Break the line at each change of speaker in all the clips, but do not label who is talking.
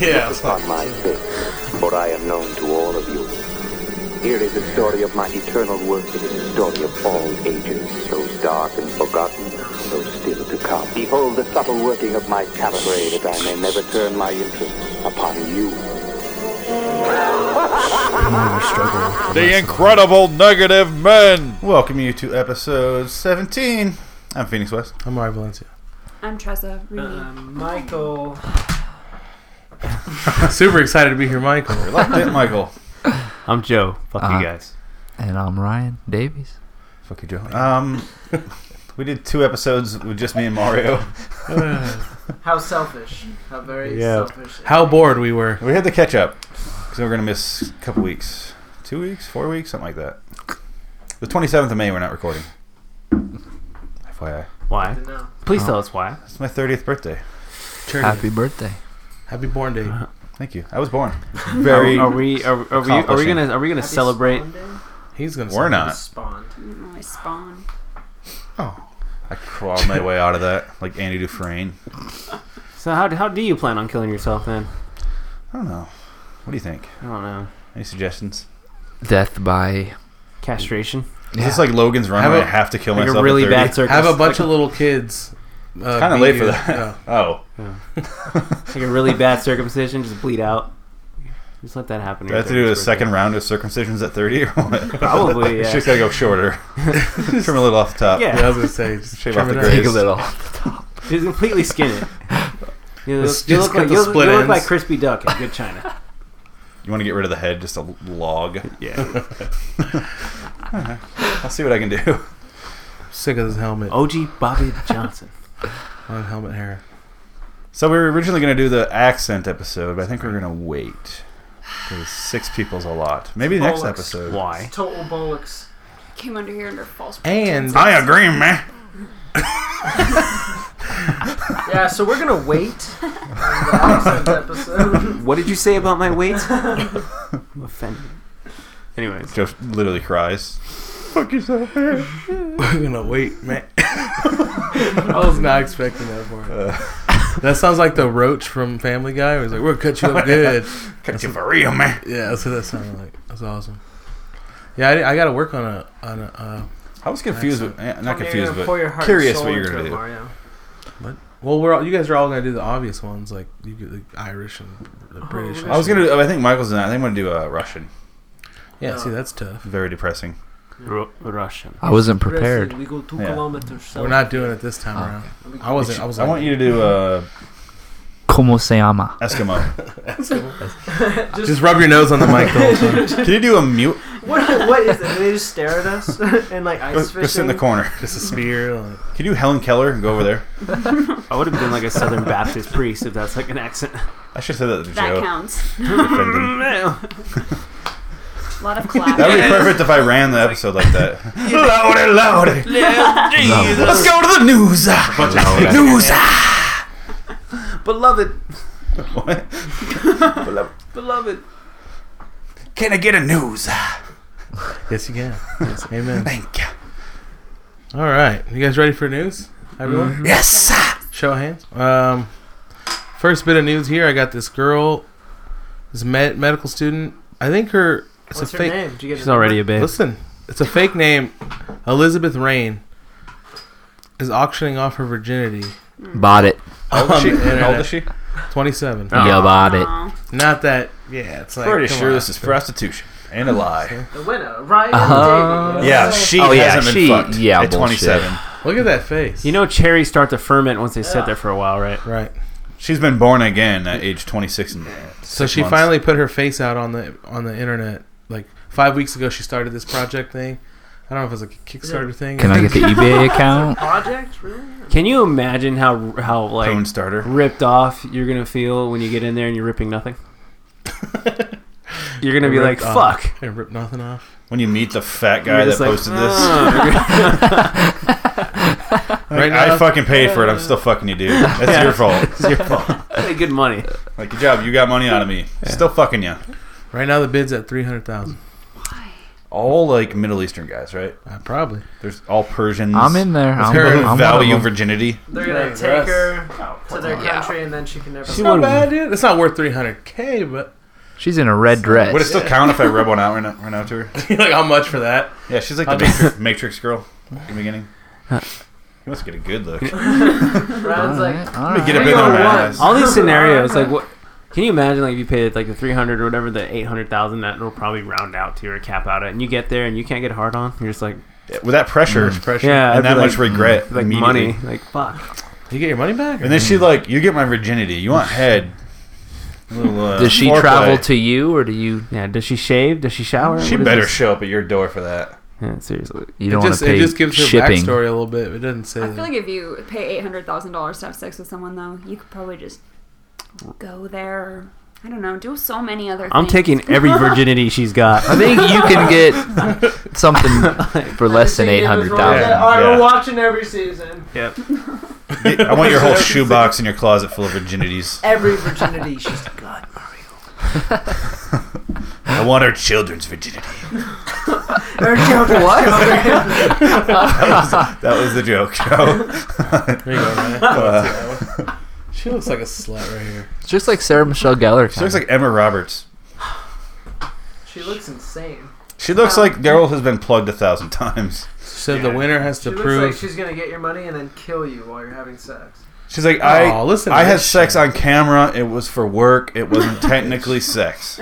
Yeah.
upon my faith, for I am known to all of you. Here is the story of my eternal work. It is the story of all ages, those dark and forgotten, those still to come. Behold the subtle working of my cabaret that I may never turn my interest upon you.
The Incredible Negative Men.
Welcome you to episode 17. I'm Phoenix West.
I'm Mario Valencia.
I'm Tressa Rooney.
Uh-uh.
Um,
Michael.
Super excited to be here, Michael.
Reluctant Michael.
I'm Joe. Fuck
Uh,
you guys.
And I'm Ryan Davies.
Fuck you, Joe. Um, we did two episodes with just me and Mario.
How selfish. How very
Yeah.
selfish.
How bored we were.
We had to catch up because we're gonna miss a couple weeks, two weeks, four weeks, something like that. The 27th of May, we're not recording. FYI,
Why?
to know.
Please tell us why.
it's my 30th birthday.
Turn.
Happy birthday.
Happy born day.
Thank you. I was born. Very.
Are, are we? Are, are we? Are we
accomplishing.
gonna? Are we gonna
Happy
celebrate?
Spawn
Uh,
Day?
He's gonna.
We're
say-
not.
Spawned.
Mm, I spawn.
I crawled my way out of that like Andy Dufresne.
So how, how do you plan on killing yourself then?
I don't know. What do you think?
I don't know.
Any suggestions?
Death by.
Castration.
Is this like Logan's Run?
Have
where
a-
I have to kill
Like
myself.
a really
at 30?
bad circus.
Have a bunch of little kids. Uh,
Kind of late
beat
for
you.
that.
No.
Oh,
like a really bad circumcision. Just bleed out. Just let that happen.
do I have to do a second round of circumcisions at 30 or what?
Probably.
It's
Yeah.
just gotta go shorter. Trim a little off the top.
Yeah.
Yeah, I was gonna say. Just
Shave
trim
off the
it up.
grays.
Take a little.
Just completely skin it. You look,
Just-
you
just
look
cut
like
the
you look,
split
you look
ends.
like crispy duck at Good China.
You want to get rid of the head, just a l- log.
Yeah.
I'll see what I can do.
Sick of this helmet. Oh.
OG Bobby Johnson.
On helmet hair.
So we were originally gonna do the accent episode, but I think we're gonna wait. 'Cause six people's a lot. Maybe the next
Bollocks.
episode.
Why?
Total bollocks.
Came under here under false
And
pretenses.
I agree, man.
Yeah, so we're gonna wait on the accent episode.
What did you say about my weight? I'm offended. Anyways,
Joe literally cries.
we're gonna wait, man. I was not expecting that for
Uh.
That sounds like the roach from Family Guy. Where he's like, "We're gonna cut you up good."
Cut you for real, man.
yeah, that's what that sounded like. That's awesome. Yeah, I, I got to work on a on a. Uh,
I was confused, with, eh, not
You're
confused,
gonna
but
pour your heart and
curious
soul
what you're
into
gonna
it,
do.
Mario.
Well, we're all, you guys are all gonna do the obvious ones like you get like Irish and the British. and
I was
shit.
gonna. Do, I think Michael's in that. I think I'm gonna do uh, Russian.
Yeah, see, that's tough.
Very depressing.
Ru- Russian.
I wasn't prepared.
We go two
Yeah.
kilometers.
We're not doing it this time around. I wasn't. I was.
I
Like,
want you to do uh,
Como se llama?
Eskimo.
just rub your nose on the mic. The whole time.
Can you do a mute?
What, what is it? They just stare at us and like ice
Go, go sit in
fishing.
the corner.
Just a spear. Like,
Can you do Helen Keller and go over there?
I would have been like a Southern Baptist priest if that's like an accent.
I should say that to
That
Joe.
counts.
Offending.
A lot of claps.
That would be perfect if I ran the episode like that. Loaded, loaded. Let's go to the news. news.
Beloved,
What?
beloved.
Can I get a news?
yes, you can. Yes, amen.
Thank you.
All right, you guys ready for news? Everyone,
Yes.
show of hands. Um, first bit of news here. I got this girl, this med- medical student. I think her. It's
What's
a
her
fake.
name? Did you get
She's already a babe.
Listen, it's a fake name. Elizabeth Rain is auctioning off her virginity.
Bought it.
How old is she?
On the
How old
internet.
is she?
27.
Oh.
You bought it.
Aw.
Not that. Yeah, it's like.
Pretty
come
sure
on.
this is prostitution and a lie.
The winner, Ryan
Uh-huh.
Davies.
Yeah, she
Oh, yeah,
hasn't
she-
been fucked
yeah,
at
bullshit.
27.
Look at that face.
You know, cherries start to ferment once they sit
Yeah.
there for a while, right?
Right.
She's been born again at age 26. And
So she finally put her face out on the on the internet. Like five weeks ago, she started this project thing. I don't know if it was like a Kickstarter thing.
Can I get the eBay account?
Project, really?
Can you imagine how how like
Phone starter.
ripped off you're gonna feel when you get in there and you're ripping nothing? you're gonna be like,
Ripped off.
fuck.
Can I rip nothing off.
When you meet the fat
You're
guy that
just like,
posted this,
"Ah."
Right
I
now,
fucking paid for it. I'm still fucking you, dude. That's your fault. It's your fault.
"Ah, good money.
Like, good job. You got money out of me. Still fucking you.
right now the bid's at three hundred thousand.
Why?
all like Middle Eastern guys, right?
Uh, probably.
There's all Persians.
I'm in there.
Does
I'm,
her
I'm
value
one of them.
virginity.
They're
Yeah,
gonna
the
take
rest.
her to their
Yeah.
country, and then she can never.
It's not bad, dude. It's not worth 300k, but
She's in a red dress.
Would it still count if I rub one out right now, right now to her?
like how much for that?
Yeah, she's like the
I'll
Matrix, Matrix girl in the beginning. You must get a good look. Let
Ryan's like,
All
me
right.
get a
We
bit
go
on my
once.
eyes.
All these scenarios, like what? Can you imagine, like if you paid like the three hundred or whatever, the eight hundred thousand, that will probably round out to or cap out at, and you get there and you can't get hard on. You're just like,
With that pressure, pressure
Mm. yeah,
and
I'd
that
be
much
like,
regret,
like
immediately.
money, like fuck.
You get your money back?
And then she like, you get my virginity. You want head? A little, uh,
Does she
foreplay.
travel to you or do you?
Yeah, does she shave? Does she shower?
She
What is
better
this?
show up at your door for that.
yeah, seriously.
You
it
don't want
just
to
it
pay
just gives her
shipping.
backstory a little bit. It doesn't say.
I feel
that.
like if you pay eight hundred thousand dollars to have sex with someone, though, you could probably just go there. I don't know. Do so many other.
I'm
things.
taking every virginity she's got.
I think you can get something for less
"Everything
than eight
is
hundred
wrong."
thousand.
All right,
Yeah.
we're watching every season.
Yep.
I want your whole shoebox in your closet full of virginities.
Every virginity she's got.
I want her children's virginity.
Her children. What?
That was the joke. Oh, uh, Joe.
there you go, man. she looks like a slut right here.
It's just like Sarah Michelle Gellar.
She looks like Emma Roberts.
she looks insane.
She looks like Daryl has been plugged a thousand times.
She said the winner has
She
to
looks
prove.
like she's gonna get your money and then kill you while you're having sex.
She's like, I,
Aw, Oh, listen to
I had
this
sex
shit.
on camera. It was for work. It wasn't technically sex.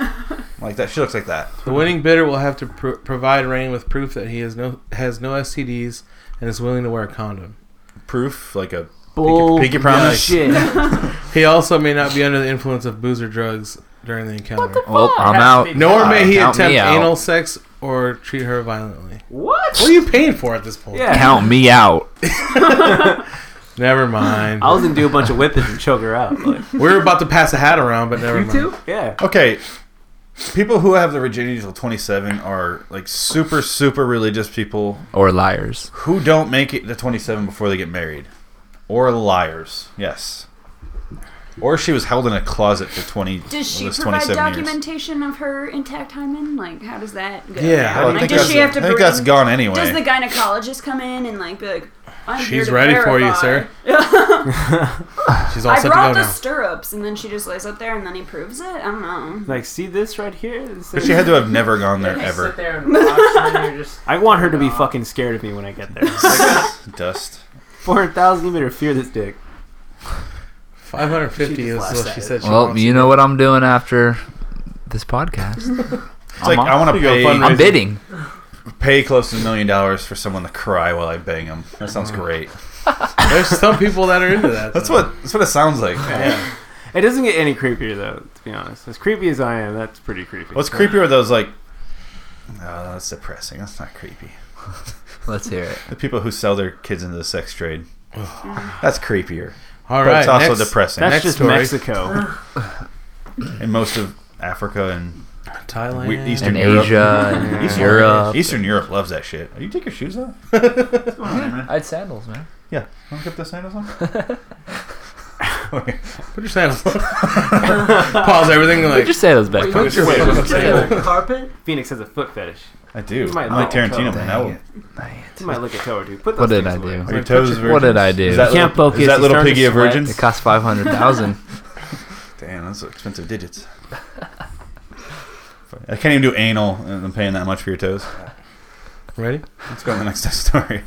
Like that. She looks like that.
the winning bidder will have to pr- provide Rain with proof that he has no has no STDs and is willing to wear a condom.
Proof, like a
Bull.
pinky promise.
Shit.
He also may not be under the influence of booze or drugs during the encounter.
well, I'm out.
Nor may he
Uh, Count me
attempt
out.
anal sex or treat her violently.
What?
What are you paying for at this point?
Yeah.
Count me out.
Never mind.
I was gonna do a bunch of whippings and choke her out. Like,
we were about to pass a hat around, but never mind.
yeah.
Okay. People who have the virginity till 27 are like super, super religious people
Or liars.
who don't make it to 27 before they get married. Or liars. Yes. Or she was held in a closet for 20
Does she
was
provide
27 years.
documentation of her intact hymen? Like, how does that go?
Yeah,
down?
I
I don't
like,
think
does
that's-
she have to
I think
bring-
that's gone anyway.
Does the gynecologist come in and like be like, I'm here
She's
to
ready for you,
verify.
sir. She's all
I
set to go
brought the
now.
stirrups, and then she just lays up there, and then he proves it. I don't know.
Like, see this right here? This
but
is-
she had to have never gone there
You sit
ever.
there and watch, and then you're just.
I want her to be fucking scared of me when I get there.
Dust.
Four hundred thousand, you made her fear this dick.
550
She
is
just laughs
what
at
she
it.
said she
Well,
wants.
you know what I'm doing after this podcast.
It's like, I want to
You go
pay,
I'm
fundraising.
bidding.
pay close to a million dollars for someone to cry while I bang them. That sounds
Mm.
great.
There's some people that are into that.
That's
though.
what that's what it sounds like.
It doesn't get any creepier though, to be honest. As creepy as I am, that's pretty creepy.
What's creepier are those like, oh, that's depressing. That's not creepy.
Let's hear it.
The people who sell their kids into the sex trade. That's creepier.
All
But
right.
it's also
next-
depressing.
next
That's just
story.
Mexico.
And most of Africa and
Thailand.
we- Eastern
And
Europe.
Asia and
Eastern
Europe.
Eastern Europe loves that shit. You take your shoes off? What's going on there, man?
I had sandals, man.
Yeah. Want to get the sandals on?
Put your sandals on. Pause everything.
Put
Like,
your sandals back.
Wait,
Put
what's
your
wait,
your
what's
sandals
favorite carpet?
Phoenix has a foot fetish.
I do.
You might
I'm like
not.
Tarantino, man.
Dang
I will-
it. Dang it.
You might look a toe or two. Put those
What did
things
I
away.
do?
Are your toes virgins?
What did I do?
Is that,
You can't
little,
focus,
is that
you
little
start to
piggy a
sweat.
virgin?
It costs five hundred thousand.
Damn, those are expensive digits. I can't even do anal and I'm paying that much for your toes.
ready?
Let's go on the next story.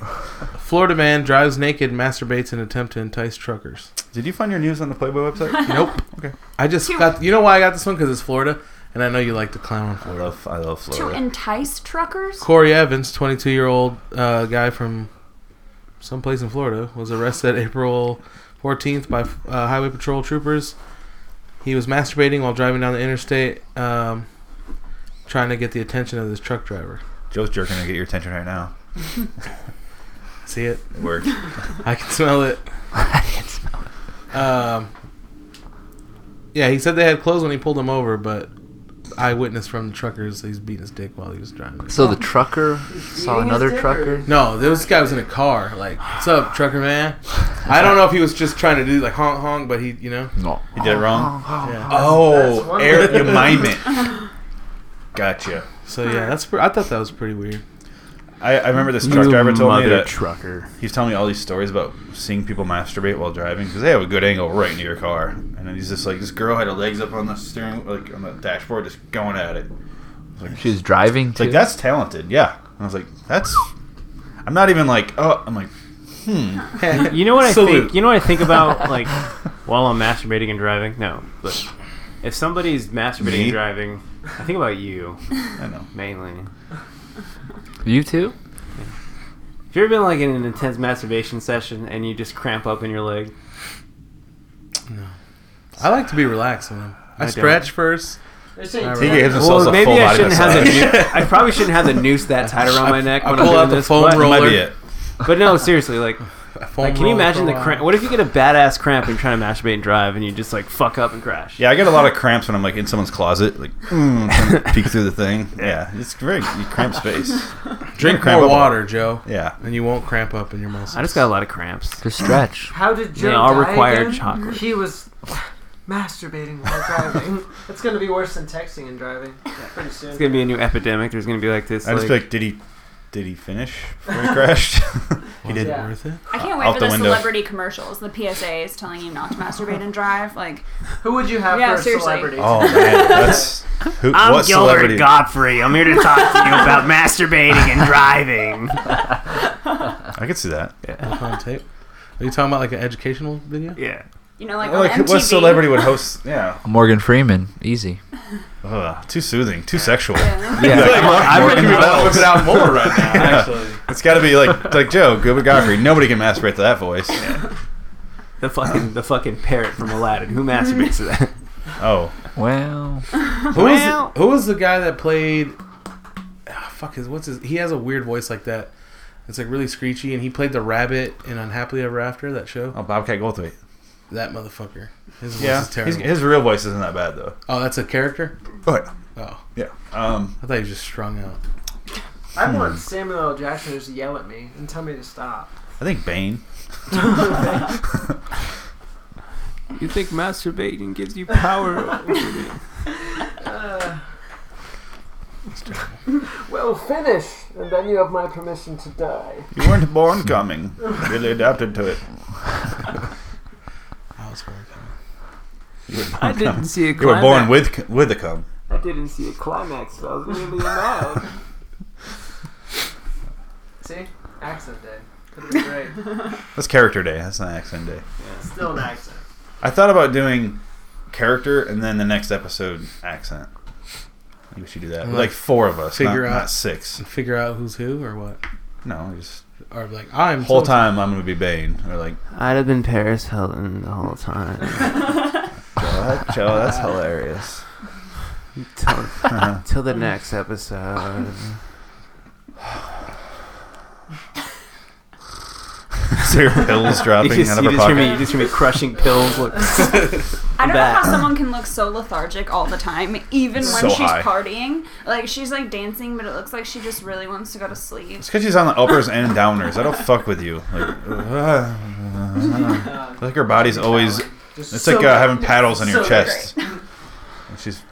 Florida man drives naked, masturbates in attempt to entice truckers.
Did you find your news on the Playboy website?
Nope. okay. I just got. You know why I got this one? Because it's Florida, and I know you like to clown on
I
Florida.
love, I love
To
Florida.
entice truckers?
Corey Evans, 22 year old uh, guy from someplace in Florida, was arrested April 14th by uh, Highway Patrol troopers. He was masturbating while driving down the interstate, um, trying to get the attention of this truck driver.
Joe's jerking to get your attention right now.
See it?
It worked.
I can smell it. Um, yeah, he said they had clothes when he pulled them over, but eyewitness from the truckers, he's beating his dick while he was driving.
So the trucker saw
Eating
another
his dick
trucker.
or-
No, this guy was in a car. Like, what's up, trucker man? I don't know if he was just trying to do like honk honk, but he, you know,
No.
You did it wrong?
yeah.
Oh,
That's one
air
way.
you mime it. Gotcha.
So yeah, that's pre- I thought that was pretty weird.
I, I remember this truck driver told me
mother
that
trucker.
he's telling me all these stories about seeing people masturbate while driving because they have a good angle right into your car. And then he's just like, this girl had her legs up on the steering, like on the dashboard, just going at it.
She's driving.
It's like that's talented, yeah. And I was like, that's. I'm not even like, oh, I'm like, hmm,
You know what I
Salute.
think? You know what I think about like while I'm masturbating and driving? No, but if somebody's masturbating
Me?
and driving, I think about you
I know.
mainly.
You too?
Have you ever been like in an intense masturbation session and you just cramp up in your leg?
I like to be relaxed when I'm- I,
I don't.
stretch first.
They say
Alright.
He gives himself
well,
a
maybe
full
I
body
shouldn't have the
massage.
noose. I probably shouldn't have the noose that tight around my neck
I
when
pull
I'm doing
out the
this,
foam
but,
roll.
Might
roller.
be it.
but no, seriously, like,
I foam
like can you
roll
imagine
for
the
a while.
cramp? What if you get a badass cramp and you're trying to masturbate and drive and you just like fuck up and crash?
Yeah, I get a lot of cramps when I'm like in someone's closet, like mm, trying to peek through the thing. Yeah, it's very you cramp space.
Drink
Cramp
more
up.
water, Joe,
Yeah,
and you won't cramp up in your muscles.
I just got a lot of cramps.
Just stretch.
How did Joe
They all
die
require
again?
chocolate.
He was masturbating while driving. it's gonna be worse than texting and driving pretty soon.
It's gonna be a new epidemic. There's gonna be like this.
I just
like-
feel like, did he, did he finish before he crashed? he
Was it
did.
Yeah.
worth it?
I can't wait
Out
for
the
the
window.
celebrity commercials, the PSAs telling you not to masturbate and drive. Like,
Who would you have
Yeah,
for a
seriously.
celebrity?
Oh man, that's who? what celebrity?
Godfrey. I'm here to talk to you about masturbating and driving.
I could see that.
Look on tape. Are you talking about like an educational video?
Yeah.
you know, like,
Like,
on MTV.
what celebrity would host? Yeah,
Morgan Freeman. Easy.
Ugh, too soothing, too sexual.
Yeah.
Yeah.
I'm
Morgan Freeman.
out more right now.
Actually,
It's got to be like like Joe Gilbert Godfrey. Nobody can masturbate to that voice.
The fucking the fucking parrot from Aladdin. Who masturbates to that?
Oh,
well,
who was
Well-
the, who was the guy that played? ah, fuck his what's his? He has a weird voice like that. It's like really screechy, and he played the rabbit in Unhappily Ever After that show.
oh Bobcat Goldthwait.
That motherfucker. His voice
Yeah,
is terrible.
his, his real voice isn't that bad though.
oh, that's a character.
But
Oh,
yeah, um,
I thought he was just strung out.
I
Hmm.
want Samuel L. Jackson to just yell at me and tell me to stop.
I think Bane.
You think masturbating gives you power? over me?
Well, finish, and then you have my permission to die.
You weren't born coming. Really adapted to it.
I was worried.
I didn't see a climax.
You were born with c- with a cum.
I didn't see a climax. So I was oh. really mad.
See? Accent day. Could be great.
That's character day. That's not accent day.
Still an accent.
I thought about doing character and then the next episode accent. I think we should do that.
And,
Like
like,
four of us,
Uh, figure
not,
out-
not six.
And figure out who's who or what,
No, just
or like I'm
whole
so-
time I'm gonna be Bane. Or like,
I'd have been Paris Hilton the whole time
Joe, that's hilarious.
till, till the next episode.
Is there pills dropping
You just,
out
you
of her
just hear
pocket?
me. You just hear me crushing pills. Like,
I don't
That.
know how someone can look so lethargic all the time, even when
So
she's
high.
partying. Like she's like dancing, but it looks like she just really wants to go to sleep.
It's because she's on the uppers and downers. I don't fuck with you. Like, uh, like her body's always. It's like uh, having paddles on your
so
chest. And She's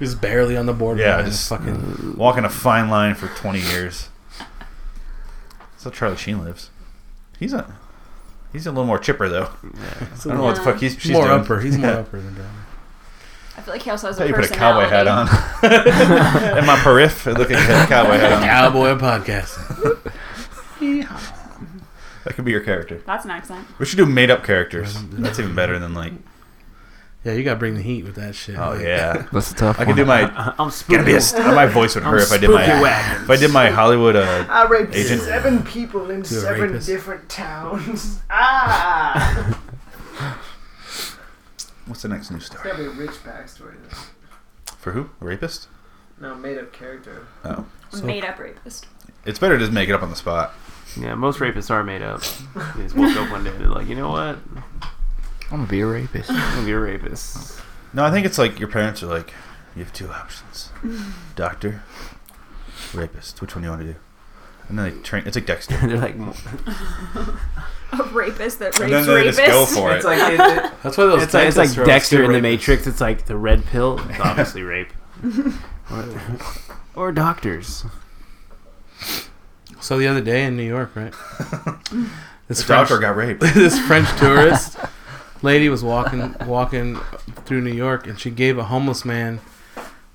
He's barely on the board.
Yeah, just-
just fucking.
walking a fine line for 20 years. That's how Charlie Sheen lives. He's a he's a little more chipper though. I don't know what the fuck he's she's
more
doing.
upper. He's more
Yeah.
upper than down.
I feel like he also has
I
a
thought you put a
personality.
cowboy hat on. and my perif, I look like I had a cowboy hat on.
Cowboy podcast.
That could be your character.
That's an accent.
We should do made up characters. That's even better than like,
Yeah, you gotta bring the heat with that shit.
oh
Like,
yeah.
that's a tough
I
one.
could do my
I'm spooky.
gonna be a st- my voice would
I'm
hurt if I did my
spooky wagons.
if I did my Hollywood uh
I raped
Agent.
seven people in
a
seven
rapist.
different towns. Ah!
what's the next news
it's
story
gotta be a rich backstory. Though.
for who rapist?
No, made up character.
Oh,
Made up rapist.
it's better to just make it up on the spot.
Yeah, most rapists are made up. They just woke up one day and they're like, you know what? I'm
I'm gonna be a rapist.
gonna be a rapist.
No, I think it's like your parents are like, you have two options, doctor, rapist. Which one do you want to do? And then they train. It's like Dexter.
they're like, "Mo-
A rapist that
And then
rapes
they
rapists.
just go for it.
it's like it, it-
That's why those.
it's like,
Texas
it's like
roads
Dexter
get
in
raped.
the Matrix. It's like the red pill, is obviously rape. Or, or doctors.
So the other day in New York, right? This
The doctor got raped.
this French tourist lady was walking walking through New York, and she gave a homeless man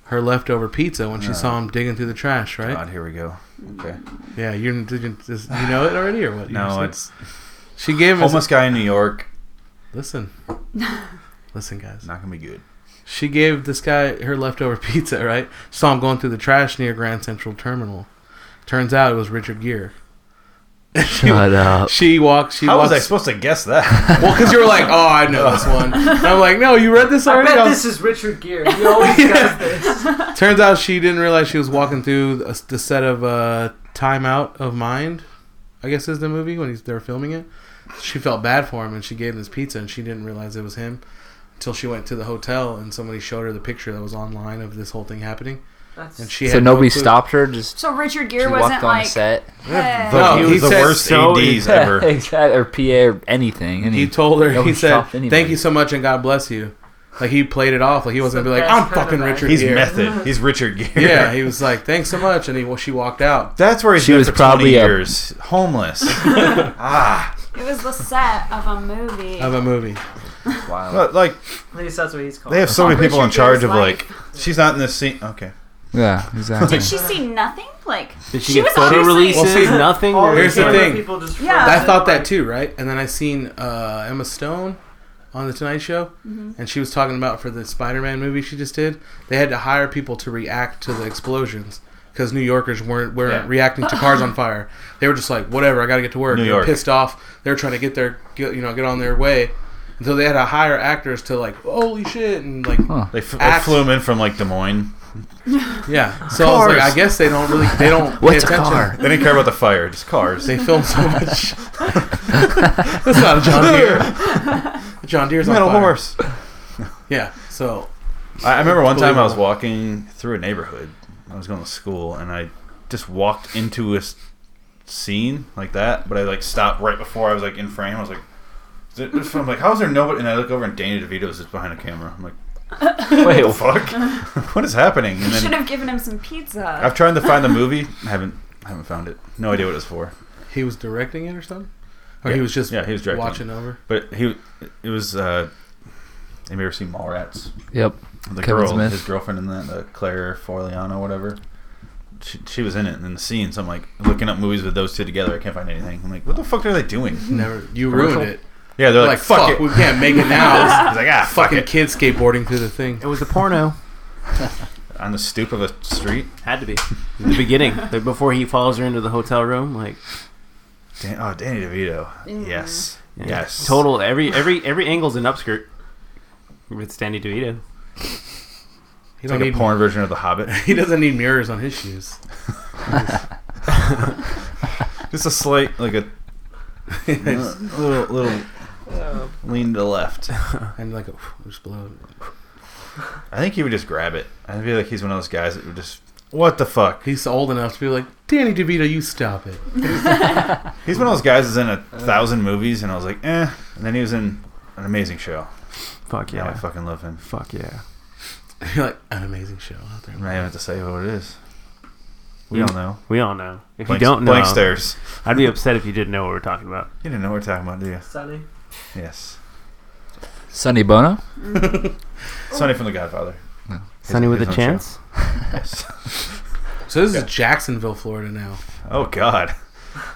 her leftover pizza when she saw him digging through the trash. Right?
God, here we go. Okay.
Yeah, you did you, just, you know it already or what? You
No,
just-
it's
she gave him.
homeless guy in New York.
listen, listen, guys.
Not gonna be good.
She gave this guy her leftover pizza. Right? Saw him going through the trash near Grand Central Terminal. Turns out it was Richard Gere. she,
Shut up.
she walks. She
How
walks.
was I supposed to guess that?
Well, because you were like, oh, I know this one. And I'm like, no, you read this
I
already. I
bet
was-
this is Richard Gere. He always does this.
Turns out she didn't realize she was walking through a- the set of uh, Time Out of Mind, I guess is the movie when he's they're filming it. She felt bad for him and she gave him this pizza and she didn't realize it was him until she went to the hotel and somebody showed her the picture that was online of this whole thing happening and
That's
she
So
had
nobody
no clue.
stopped her. Just
So Richard
she
Gere wasn't
walked on
like.
the set.
"Hey."
No,
he
he
was the
said
worst
so-
ADs
Yeah,
ever.
exactly. Or PA or anything. And
He told her
Nobody
he said
stopped anybody.
thank you so much and God bless you. Like he played it off like he wasn't
the
gonna be like
best
I'm
kind of
fucking
guy.
Richard
He's
Gere.
method. He's Richard Gere.
yeah, he was like thanks so much and he well, she walked out.
That's where he's
She
been
was
for
probably
20
a-
years. Homeless. ah,
It was the set of a movie.
Of a movie.
wow.
but, like
at least that's what he's called.
they have so many people in
Richard
charge
Gere's
of like.
life.
She's not in this scene. Okay.
Yeah, exactly.
Did she see nothing? Like
Did
She
she, get
was
photo
obviously-
releases?
Well, see,
nothing.
All
Here's the
camera
thing.
people just
Yeah.
I
froze.
thought that too, right? And then I seen uh, Emma Stone on the Tonight Show, and she was talking about for the Spider-Man movie she just did. They had to hire people to react to the explosions because New Yorkers weren't weren't
Yeah.
reacting to cars on fire. They were just like, whatever, I got to get to work.
New
they were
York.
pissed off. They were trying to get their get, you know get on their way. And so they had to hire actors to like, holy shit, and like,
They, f- they
Act-
flew him in from like Des Moines.
yeah. So I was like,
Cars.
I guess they don't really they don't pay
What's a
attention.
car?
They didn't care about the fire, just cars.
They film so much. That's not a John Deere. John Deere's on
metal
fire.
horse.
Yeah. So
I, I remember one time I was
Unbelievable.
walking through a neighborhood. I was going to school, and I just walked into a s- scene like that. But I like stopped right before I was like in frame. I was like, "Is it- this- I'm like, how is there nobody? And I look over, and Danny DeVito is just behind a camera. I'm like,
Wait,
oh fuck, what is happening? And
you should
then
have given him some pizza.
I've tried to find the movie. I haven't. I haven't found it. No idea what it's for.
he was directing it or something, or
Yeah.
he was just
Yeah, he was directing
watching over.
But he, it was. uh Have you ever seen Mallrats?
yep.
the
Kevin
girl,
Smith.
his girlfriend in that, uh, Claire Forliano, whatever. She, she was in it and in the scene, so I'm like looking up movies with those two together. I can't find anything. I'm like, what the fuck are they doing?
Never, you
Commercial?
ruined it.
Yeah, they're like,
Like, fuck,
it.
we can't make it now.
He's like, ah,
This
fuck
fucking
it.
kid skateboarding through the thing.
It was a porno.
On the stoop of a street.
Had to be In the beginning, like before he follows her into the hotel room. Like
Dan- oh, Danny DeVito. Yes.
yeah.
Yes.
total every every every angle's an upskirt with Stanley DeVito.
He
It's
don't
like a
need.
porn version of The Hobbit.
He doesn't need mirrors on his shoes.
Just a slight, like a little, little
Oh,
lean to the left.
and like, just blow. it.
I think he would just grab it. I feel like he's one of those guys that would just, what the fuck?
He's old enough to be like, Danny DeVito, you stop it.
He's one of those guys that's in a
Uh,
thousand movies, and I was like, eh. And then he was in an amazing show.
Fuck
Yeah, I
yeah.
fucking love him.
Fuck yeah.
You're like, an amazing show out there.
I'm not even have to say what it is. We
You-
all know.
We all know. If
Blank-
you don't know,
Blank stares.
I'd be upset if you didn't know what we're talking about.
You didn't know what we're talking about, do you?
Sunny.
Yes.
Sonny Bono?
Oh.
Sonny from The Godfather. His-
Sunny with
his
a
own show.
chance.
Yes.
So this
Yeah.
is Jacksonville, Florida now.
Oh God.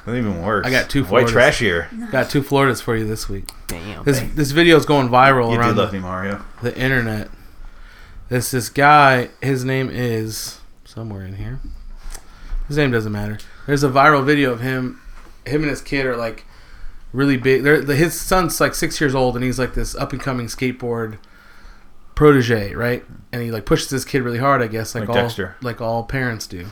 That's even worse.
I got two
Way
Floridas.
trashier.
Got two Floridas for you this week.
Damn.
This this video is going viral
Oh, You do
around the,
love me, Mario.
the internet. There's this guy. His name is somewhere in here. His name doesn't matter. There's a viral video of him. Him and his kid are like really big. They're, the- his son's like six years old, and he's like this up and coming skateboard protege, right? And he like pushes his kid really hard, I guess, like,
Like
all
Dexter.
like all parents do.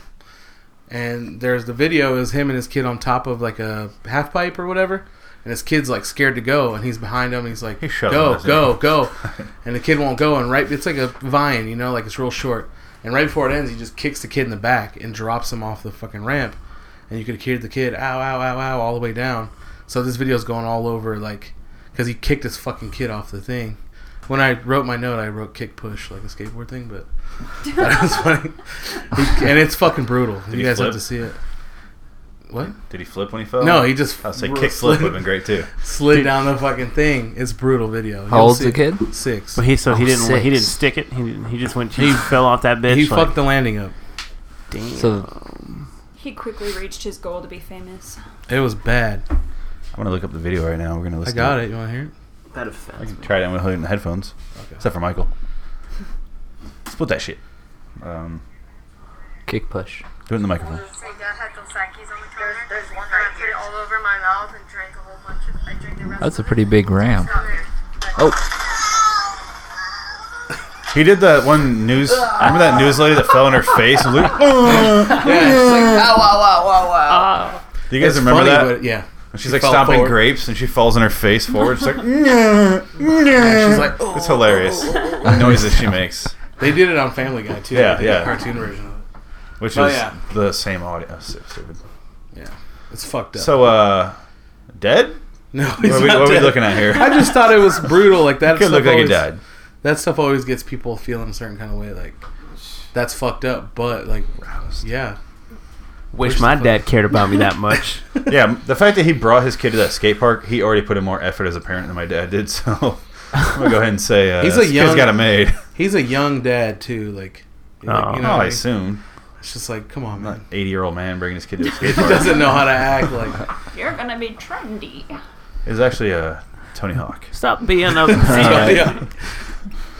And there's the video is him and his kid on top of like a half pipe or whatever, and his kid's like scared to go, and he's behind him, and he's like,
He shoves him,
"Go,
doesn't
go, go," and the kid won't go, and right, it's like a vine, you know, like it's real short, and right before it ends, he just kicks the kid in the back and drops him off the fucking ramp, and you could hear the kid ow ow ow ow all the way down. So this video's going all over like because he kicked his fucking kid off the thing, When I wrote my note, I wrote kick push like a skateboard thing, but that was funny. He- and it's fucking brutal.
he
you guys
flip?
have to see it. What?
Did he flip when he fell?
No, he just
I would say
r-
kick flip would have been great too.
slid down the fucking thing. It's brutal video.
How
You'll
old's
see
the
it.
kid?
Six.
But he so he
Oh,
didn't he didn't
six.
stick it. He didn't, he just went he fell off that bitch.
He
like,
fucked the landing up.
damn.
So
He quickly reached his goal to be famous.
It was bad.
I'm gonna look up the video right now. We're gonna
I
listen.
got
to
it. You want to hear
that
I
offends
can
me.
try it. I'm gonna hold it in the headphones.
it? Okay.
Except for Michael. Split that shit. Um,
kick push.
do it in the microphone.
There's, there's one that I put it all over my mouth and drank a whole bunch of. I drank the rest
That's a
of
pretty big ramp.
it.
Oh,
He did that one news. Remember that news lady that fell on her face? And was like, "Ugh." Do you guys
It's
remember
funny,
that?
but yeah.
When she's
she
like
fell
stomping
forward.
grapes and she falls on her face forward. She's like, "Nyeh, nyeh."
She's like, "Oh."
it's hilarious. The noises she makes,
They did it on Family Guy too.
Yeah,
They did a
yeah.
Cartoon version of it.
which
Oh,
is
yeah.
the same audio. oh, so stupid.
Yeah, it's fucked up.
So, uh, dead?
no,
What are, we, what are we looking at
I
here?
just thought it was brutal. Like that.
Could
stuff
look like he
always,
died.
That stuff always gets people feeling a certain kind of way. Like that's fucked up. But like, yeah,
Wish my dad cared about me that much.
Yeah, the fact that he brought his kid to that skate park, he already put in more effort as a parent than my dad did. So, I'm gonna go ahead and say uh,
He's a
this kid's
young-
got a maid.
he's a young dad too. Like, you know,
Oh.
you know
Oh, I
what I mean?
assume.
it's just like, come on,
I'm not an
man.
80 year old man bringing his kid to a
He
skate park.
doesn't know how to act. Like,
You're gonna be trendy.
It's actually uh, Tony Hawk.
Stop being a.
right.
yeah.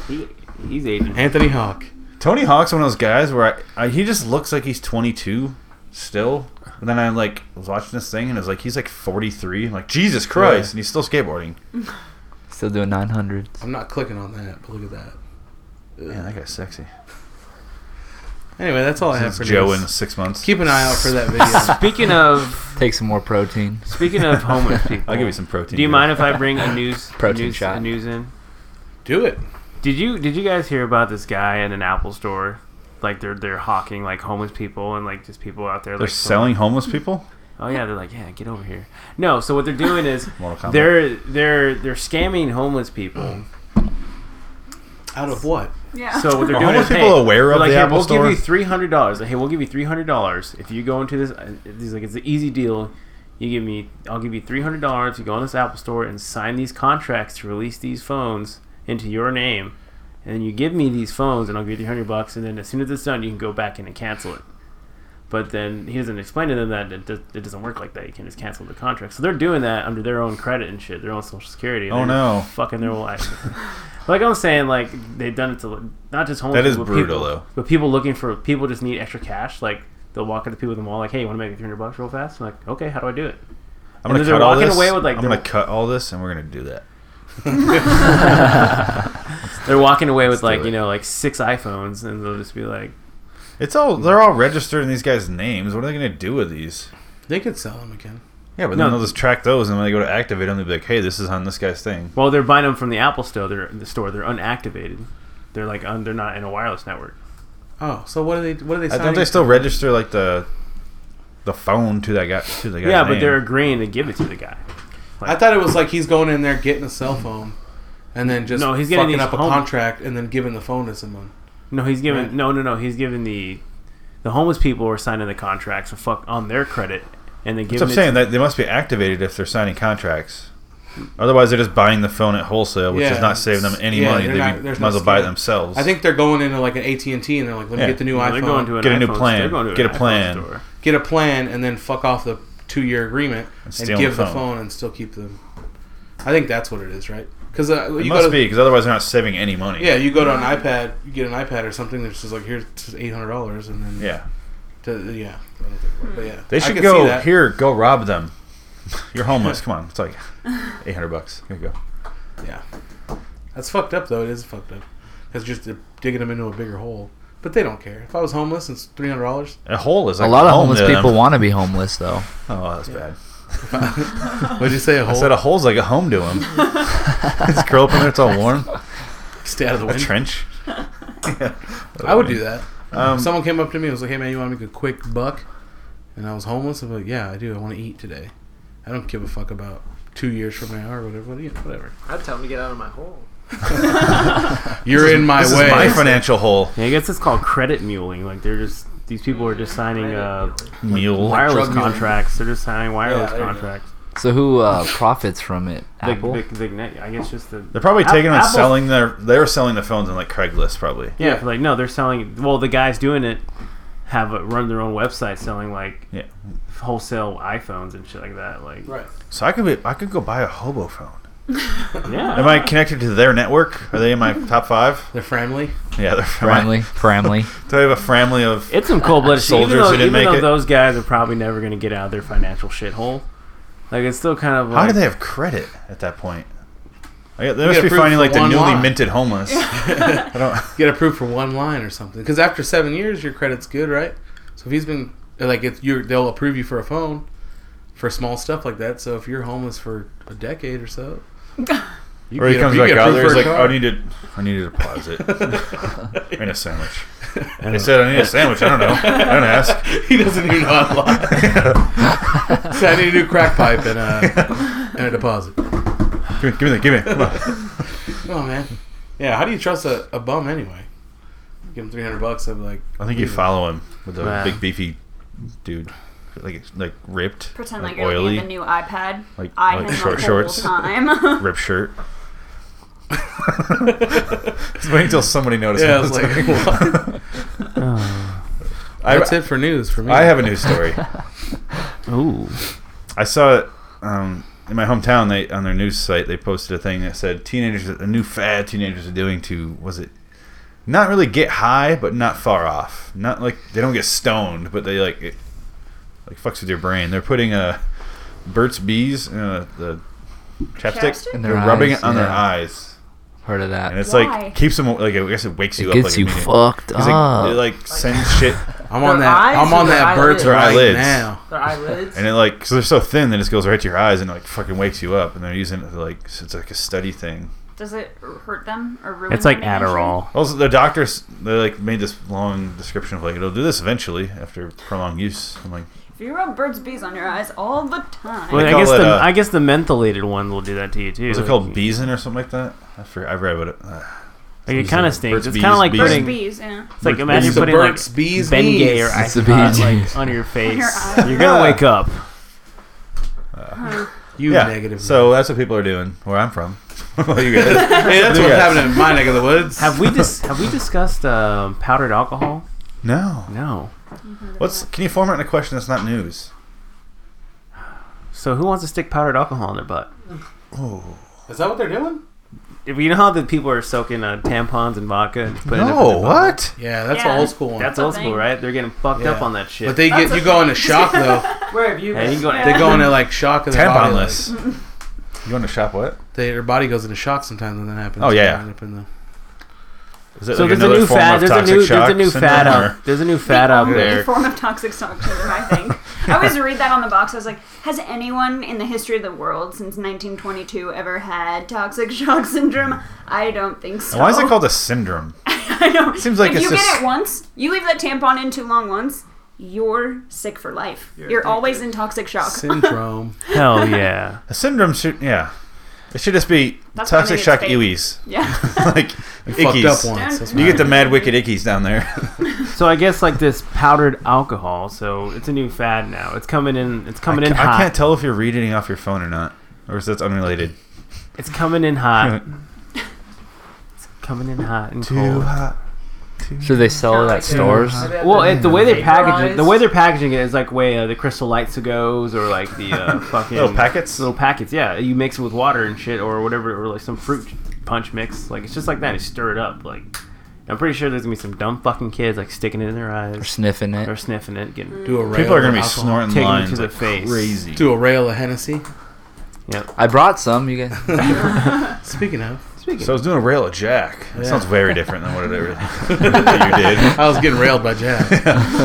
he, he's aging.
Anthony Hawk.
Tony Hawk's one of those guys where I, I, he just looks like he's 22 still. And then I like was watching this thing and it was like he's like 43. I'm like Jesus Christ,
Yeah.
and he's still skateboarding.
still doing 900s.
I'm not clicking on that. But look at that.
Man, that guy's sexy.
Anyway, that's all I have
Since
for
Joe
news.
in six months.
Keep an eye out for that video.
Speaking of
Take some more protein.
speaking of homeless people,
I'll give you some protein.
Do you
Joe.
mind if I bring a news
Protein
a news,
shot.
a news in?
Do it.
Did you did you guys hear about this guy in an Apple store? Like they're they're hawking like homeless people and like just people out there.
They're
like
selling homeless people.
Oh yeah, they're like yeah, get over here. No, so what they're doing is
Mortal Kombat.
they're they're they're scamming homeless people.
Out of what?
Yeah.
So what they're
Are
doing
homeless
is,
people
hey,
aware of
they're like,
the
hey,
Apple
we'll
Store?
give you three hundred dollars. Like, hey, we'll give you three hundred dollars if you go into this. uh, He's like, it's an easy deal. You give me, I'll give you three hundred dollars. if You go on this Apple Store and sign these contracts to release these phones into your name, and then you give me these phones, and I'll give you three hundred bucks. And then as soon as it's done, you can go back in and cancel it. But then he doesn't explain to them that it, do- it doesn't work like that. You can just cancel the contract. So they're doing that under their own credit and shit, their own social security.
Oh,
They're
no.
fucking their life. like I'm saying, like they've done it to not just homeless.
That is
people, but
brutal,
people-
though.
But people looking for people just need extra cash. Like they'll walk up to people in the mall, like, "Hey, you want to make three hundred bucks real fast?" I'm like, "Okay, how do I do it?"
I'm gonna
And then they're
cut all
walking
this.
away with, like,
I'm
their-
gonna cut all this and we're gonna do that.
They're walking away with
do
like
it.
you know like six iPhones, and they'll just be like,
It's all they're all registered in these guys' names. What are they gonna do with these?
They could sell them again.
Yeah, but
No.
then they'll just track those and when they go to activate them, they'll be like, "Hey, this is on this guy's thing."
"Well, they're buying them from the Apple store. They're the store. They're unactivated. They're like un, they're not in a wireless network."
Oh, so what are they? What are they?
Uh,
Signing?
don't they still register like the the phone to that guy to the guy?
yeah, but they're agreeing to give it to the guy.
I thought it was like he's going in there getting a cell phone, and then just
No, he's getting
fucking
these
up a
home-
contract and then giving the phone to someone.
No, he's giving
Right.
no, no, no. He's giving the the homeless people are signing the contracts and fuck on their credit, and then
That's what
giving
I'm
it
saying that they must be activated if they're signing contracts. Otherwise, they're just buying the phone at wholesale, which
Yeah,
is not saving them any
yeah,
money.
they're
They
not-
be-
there's
might as
no
well buy it
scam.
themselves.
I think they're going into like an AT and T, and they're like, "Let me
Yeah.
get the new
No,
iPhone,
they're going to an
Get a new
iPhone store.
plan.
They're going to an
Get a
iPhone
plan.
store.
get a plan, and then fuck off the two-year agreement and,
steal
give
the
the
phone.
phone. and still keep them." I think that's what it is, right? Because uh,
it
you
must
go to
be because otherwise they're not saving any money.
yeah, you go to an iPad, you get an iPad or something that's just like here's eight hundred dollars, and then
yeah.
to, yeah, I don't think it works, but yeah,
They
I
should
could see
go
that.
here. Go rob them. You're homeless. Come on, it's like eight hundred bucks. Here you go.
Yeah, that's fucked up though. It is fucked up. That's just they're digging them into a bigger hole. But they don't care. If I was homeless, it's three hundred dollars.
A hole is
A
like
lot of
home
homeless
to them.
people want to be homeless, though.
Oh, that's bad.
What'd you say? A
I
hole?
said a hole's like a home to them. just curl up in there. It's all warm.
Stay out of the
A
wind.
trench.
I would do that.
Um,
if someone came up to me and was like, "Hey man, you want to make a quick buck?" And I was homeless. I'm like, "Yeah, I do. I want to eat today. I don't give a fuck about two years from now or whatever. What do you- Whatever.
I'd tell him to get out of my hole.
You're in my
This
way.
is my financial hole.
Yeah, I guess it's called credit muling. Like they're just these people are just signing uh,
Mule.
drug
wireless
muling.
contracts. They're just signing wireless
there you go.
contracts.
So who uh, profits from it?
The,
Apple.
the, the net- I guess just the
They're probably
App-
taking and
Apple's-
selling their. They were selling the phones on like Craigslist, probably.
Yeah, like no, they're selling. Well, the guys doing it have a, run their own website selling like
Yeah.
wholesale iPhones and shit like that. Like
Right.
So I could be. I could go buy a hobo phone.
yeah,
Am I connected to their network? Are they in my top five?
They're family.
Yeah, they're
Family, family.
Do I have a family of?
It's some cold blooded
Soldiers
Even though,
who didn't
even
make
though
it.
those guys are probably never going to get out of their financial shithole. Like it's still kind of like,
How do they have credit at that point? I, they must
get
be
approved
finding
for
like the
one
newly
line.
minted homeless. I don't.
You get approved for one line or something. Because after seven years, your credit's good, right? So if he's been like, if you're, they'll approve you for a phone for small stuff like that. So if you're homeless for a decade or so, you
Or he
get-
comes
you
back
get
out
approved
there. He's
for a
like, "Oh,
car.
I need to. I need a deposit and a sandwich. They said I need a sandwich. I don't know. I don't ask.
he doesn't even know I'm lying. so I need a new crack pipe and a and a deposit.
Give me, give me that. Give me. Come on.
Oh man, yeah. How do you trust a, a bum anyway? Give him three hundred bucks. I'm like,
I think you follow him with a
Wow.
big beefy dude, like like ripped,
Pretend
like,
like, you're
oily,
looking at the new iPad.
like,
I
like
him
short
the
shorts,
whole time.
ripped shirt. Just wait until somebody notices.
Yeah, I was like,
I,
that's it for news for me.
I have a news story.
Ooh,
I saw it um, in my hometown. They on their news site they posted a thing that said teenagers a new fad teenagers are doing to was it not really get high but not far off. Not like they don't get stoned, but they like it like fucks with your brain. They're putting a Burt's Bees uh, the chapstick.
Chapstick?
In
They're
their
rubbing
eyes,
it on their
yeah.
eyes.
Heard of
And
that?
it's
Why?
like keeps them like I guess it wakes you
It
up.
gets
like,
you
immediately.
fucked
It's like,
up.
it like sends shit,
I'm on
Their
that.
eyes
I'm on
or their
that
eyelids?
Burt's
Their
right
eyelids.
now.
Their eyelids.
and it like so they're so thin that it goes right to your eyes and like fucking wakes you up. And they're using it to, like so it's like a study thing.
Does it hurt them or ruin?
it's like
them eventually?
Adderall.
Also, the doctors they like made this long description of like it'll do this eventually after prolonged use. I'm like,
If you rub Bird's bees on your eyes all the time,
Well, I
call
guess
it,
the
uh,
I guess the mentholated one will do that to you too.
is it
Like,
called Beeson or something like that? I forget. I read about it. Uh,
Like
Something
it kind of
like
stings.
Burt's
it's kind of like
Bees,
Bird's
putting.
bees, yeah.
It's like
It's
imagine
the
putting like
Burt's Bees
Bengay
knees.
or
It's the
Isotot,
Bees
like
knees.
on your face.
eyes.
You're gonna wake up.
You
yeah.
negative.
So that's what people are doing where I'm from. Well, you guys.
hey, that's
Yeah.
what's happening in my neck of the woods.
Have we dis- have we discussed um, powdered alcohol?
No.
No.
What's? Can you form it in a question that's not news?
So who wants to stick powdered alcohol in their butt?
Is that what they're doing?
If you know how the people are soaking uh, tampons and vodka and putting it
No.
in their butt?
What?
Yeah, that's
Yeah.
an old school one.
That's
That's a
old school,
thing.
right? They're getting fucked
Yeah.
up on that shit.
but they get you go into shock though.
Where have you
Yeah, you
been?
go-
They go into like shock of their body. Like,
Tamponless. You going to shop? What?
they, their body goes into shock sometimes when that happens.
Oh, yeah.
End up in the-
Is it
so
like
there's a
another
new
form
fad.
of
There's a
toxic
new. There's a
shock
new fad
syndrome, or-
out. There's a new fad out
Only
there.
form of toxic shock syndrome, I think. I always read that on the box. I was like, has anyone in the history of the world since 1922 ever had toxic shock syndrome? I don't think so.
Why is it called a syndrome?
I know.
Seems like
if
it's
you
just-
get it once, you leave that tampon in too long once, you're sick for life. You're, always in toxic shock.
syndrome.
Hell yeah.
A syndrome should yeah. It should just be
That's why I
toxic
think it's
shock
fake.
ewies.
yeah.
like
Fucked
ickies.
up once. That's
You get the mad wicked ickies down there.
So I guess like this powdered alcohol. So it's a new fad now. It's coming in. It's coming
I,
in
ca- I
hot.
can't tell if you're reading off your phone or not, or is that unrelated?
It's coming in hot. it's coming in hot and cold.
hot.
so they sell it at stores.
Well, it, the way they package it,
Vaporized.
the way they're packaging it is like way uh, the crystal light goes or like the uh, fucking
Little packets?
little packets. Yeah, you mix it with water and shit or whatever, or like some fruit punch mix. Like it's just like that. You stir it up. Like I'm pretty sure there's gonna be some dumb fucking kids like sticking it in their
Or
eyes
sniffing
or
it.
sniffing it, getting
Do a rail
People are gonna
of
be
alcohol.
snorting
Taking it
lines
to the
like
face.
Crazy.
Do a rail of Hennessy.
I brought some. You guys.
Speaking of,
So I was doing a rail of Jack. That
Yeah.
sounds very different than what it ever you did.
I was getting railed by Jack.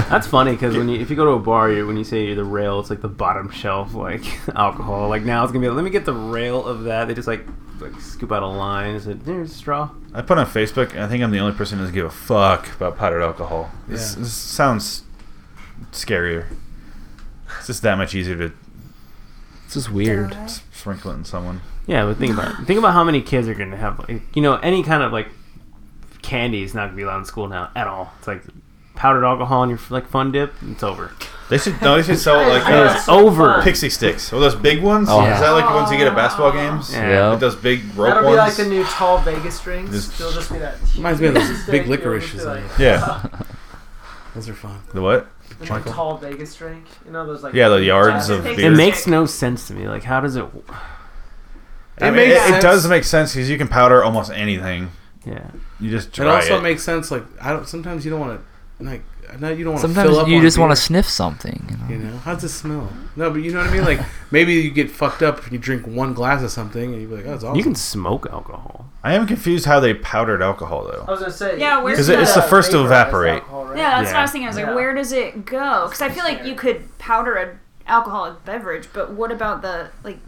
That's funny because when you if you go to a bar, you, when you say you're the rail, it's like the bottom shelf like alcohol. Like now it's gonna be like, let me get the rail of that. They just like like scoop out a line. It's like there's a straw.
I put on Facebook. I think I'm the only person who doesn't give a fuck about powdered alcohol. This,
Yeah.
this sounds scarier. It's just that much easier to
It's just weird.
s- sprinkle it in someone.
Yeah, but think about it. think about how many kids are going to have. Like, you know, any kind of like candy is not going to be allowed in school now at all. It's like powdered alcohol in your like fun dip. It's over.
They should no, they should sell like
I
uh,
know.
It's over.
pixie sticks. Or those big ones.
Oh.
Is that like the ones you get at basketball games?
Yeah.
Yeah.
Like those big rope
That'll
ones.
be like the new tall Vegas drinks.
Just-
They'll just be that.
Reminds me of those big licorices.
licorices. Like,
yeah.
Those are fun.
The what?
the new tall Vegas drink. You know those like.
Yeah, the yards of
It
beer.
It makes no sense to me. Like, how does it?
I
It
mean, it,
makes
it
sense.
does make sense because you can powder almost anything.
Yeah,
You just
It
dry
also makes sense. Like I don't. Sometimes you don't want to. Like I know you don't want to.
Sometimes
fill up
you
on
just
beer,
want to sniff something. You know?
You know how does it smell? No, but you know what I mean. Like maybe you get fucked up if you drink one glass of something and you be like, oh, it's awesome.
you can smoke alcohol.
I am confused how they powdered alcohol
I
though.
was gonna say.
Yeah,
you
where's
said,
the- 'Cause it- it's the
uh,
first to
vaporized
evaporate.
alcohol, right?
Yeah, that's what
Yeah.
I was thinking. I was like,
Yeah.
where does it go? Because I feel like you could powder an alcoholic beverage, but what about the like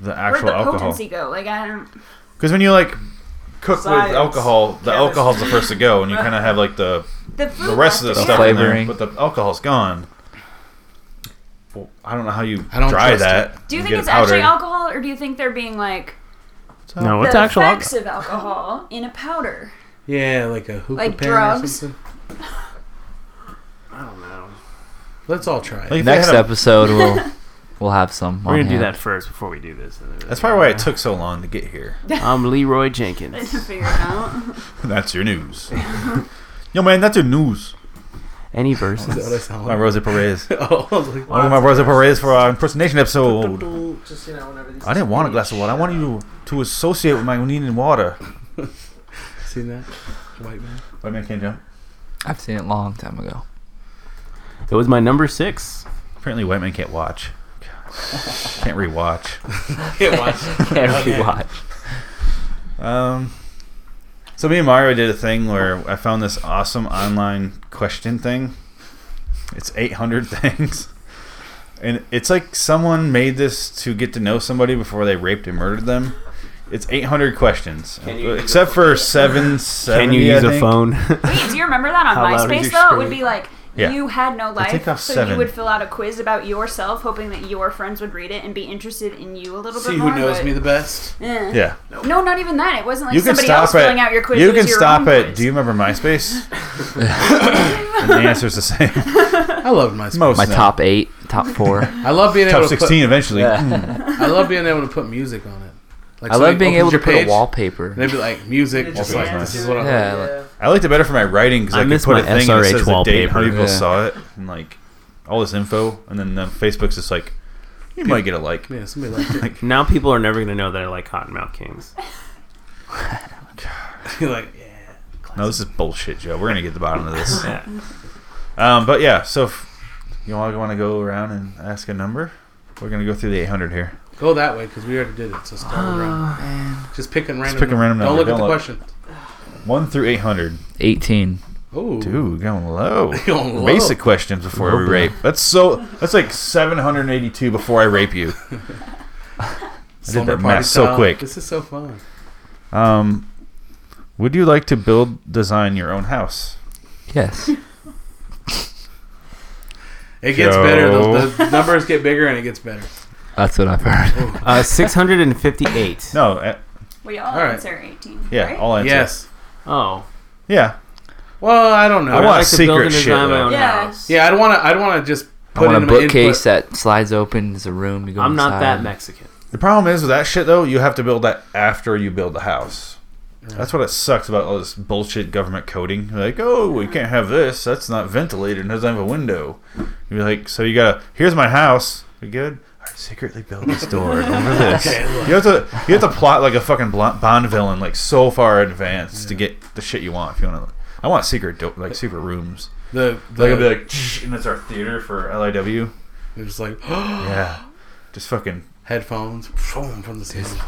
The
where'd
actual
the
alcohol.
potency go? Like I don't.
Because when you like cook
Science.
with alcohol, the
Chemistry.
alcohol's the first to go, and you kind of have like the
The, food
the rest of the
has to
stuff
go.
in there,
flavoring.
but the alcohol's gone. Well, I don't know how you
I don't
dry
trust
that.
Do you
and
think
get
it's
it
actually
powdered.
alcohol, or do you think they're being like
No, it's
the
actual
effects
alcohol.
of alcohol in a powder?
yeah, like a hookah
Like
pen or
drugs?
something.
I don't know.
Let's all try it.
Like, if they
Next
had a-
episode, we'll we'll have some.
We're
on
gonna do
hand.
that first before we do this.
That's probably why it took so long to get here.
I'm Leroy
to
Jenkins,
figure it out.
That's your news. Yo, man, that's your news.
and he
Is that what I
versus.
sound
My
like?
Rosa Perez.
Oh, I was like,
One of my Rosa Perez for our impersonation episode.
Just you know, whenever these.
I didn't want a glass of water. I wanted you to associate with my needing water.
seen that? White man.
White man can't jump.
I've seen it long time ago.
It was my number six.
Apparently, white man can't watch. Can't rewatch.
Can't watch.
Can't rewatch.
Um, so me and Mario did a thing where I found this awesome online question thing. It's 800 things. And it's like someone made this to get to know somebody before they raped and murdered them. It's 800 questions,
you use
except for 770.
Can you use
I
a
think.
phone?
Wait, do you remember that on
How loud is
MySpace
your
though? It would
scream?
be like
Yeah.
you had no
I think
life,
I was
so
seven.
you would fill out a quiz about yourself, hoping that your friends would read it and be interested in you a little
See
bit
who
more.
knows
but-
me the best.
Eh.
Yeah.
No, not even that. It wasn't like
you can
somebody
stop
else
at,
filling out your quiz.
You
it
can
was your
stop
own
at,
quiz.
do you remember MySpace? and the answer's the same.
I love my.
Most
My
of them.
top eight, top four.
I love being
top
able to
16 eventually.
Yeah.
Mm.
Put, I love being able to put music on it. Like
I
somebody
love being
opens
able to
your
put
page,
a wallpaper.
And they'd be like, music.
It's
Just
just
like
nice.
this is what I.
Yeah,
Yeah.
I liked it better for my writing because
I
I, could
miss
put a
my
thing that
SRH
says the date and how
wallpaper.
people
Yeah.
saw it and like all this info, and then uh, Facebook's just like you might get a like.
Yeah, somebody liked it.
now people are never gonna know that I like Cottonmouth Kings.
You're like, yeah.
No, this is bullshit, Joe. We're gonna get to the bottom of this.
Yeah.
um, but yeah, so if you all want to go around and ask a number? We're gonna go through the 800 here.
Go that way because we already did it. So start
Uh,
with
Ah.
random. Just pick a random.
pick a
number.
random
Don't
number,
look at the
don't look.
question.
One through 800.
Eighteen.
Oh,
Dude, we're going low.
Going low.
Basic questions before we
Low blow.
rape. That's so. That's like 782 before I rape you. I did that math so quick.
This is so fun.
Um, would you like to build, design your own house?
Yes.
It gets
Joe.
better. The, the numbers get bigger and it gets better.
That's what I've heard.
Uh, six hundred and fifty-eight.
No, uh,
We all,
All right.
answer 18.
yeah,
right?
all answer.
Yes.
Oh,
Yeah,
Well, I don't know.
I want
like to
secret
build and
shit,
design
though.
my own
Yeah.
house.
yeah, I'd want to. I'd want to just
I
put
want a
in my input.
bookcase that slides open. There's a room. You go
I'm not
inside.
that Mexican.
The problem is with that shit though, you have to build that after you build the house. That's what it sucks about all this bullshit government coding. You're like, oh, we can't have this. That's not ventilated and doesn't have a window. You're like, so you gotta. Here's my house. We good? I secretly build this door over this. you have to. You have to plot like a fucking blo- Bond villain, like so far in advance to get the shit you want. If you want to, I want secret do- like secret rooms.
The, the
Like I'd be like, "Shh," and that's our theater for LIW.
they're just like
Yeah, just fucking
headphones boom, from the ceiling.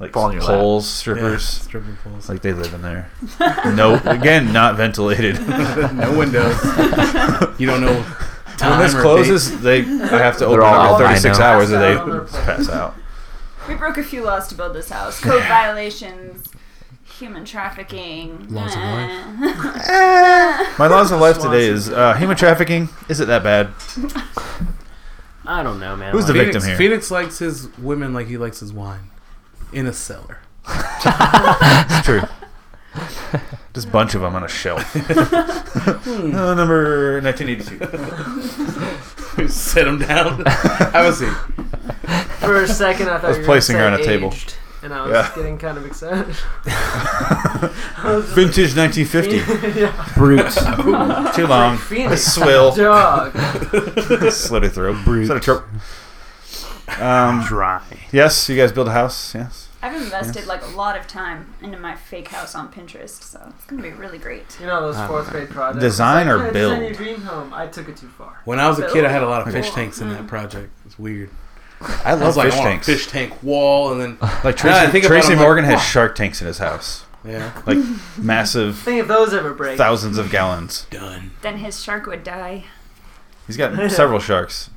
like
Fall in
poles,
your lap.
strippers.
Stripper poles.
Like they live in there. no, again, not ventilated. when
no windows. you don't know. Time
this
or
closes, they I have to open it
all
up
out
for
by
36
now.
hours or they
Pass out on their plane.
pass out.
We broke a few laws to build this house. Code violations, human trafficking. eh.
Laws of
Eh, My laws of life today is uh, human trafficking. Is it that bad?
I don't know, man.
Who's the
Like,
Phoenix,
victim here.
Phoenix likes his women like he likes his wine, in a cellar.
True. Just bunch of them on a shelf.
Hmm.
Uh, number 1982.
Set him down. Have a seat.
For a second, I thought
was
you were
placing her
gonna
on a
say
table.
aged, and I was
Yeah.
getting kind of excited.
Vintage 1950.
yeah.
brute?
Too long. A
Phoenix.
swill.
Dog.
Slit her throat. Is that a trope? Um,
Dry.
yes, you guys build a house. Yes.
I've invested like a lot of time into my fake house on Pinterest, so it's gonna be really great.
You know those fourth grade projects.
Design
It's
or
"Hey,
build?"
Design your dream home. I took it too far.
When I was a kid, I had a lot of fish
Cool.
tanks in that project. It's weird.
I love
I was like,
fish
I want
tanks.
a fish tank wall, and then
Like
Now that I
Tracy,
think about it,
Tracy
I'm like,
Morgan has
"Wow."
shark tanks in his house.
yeah,
Like massive
Think if those ever break.
thousands of gallons.
done.
Then his shark would die.
He's got several sharks.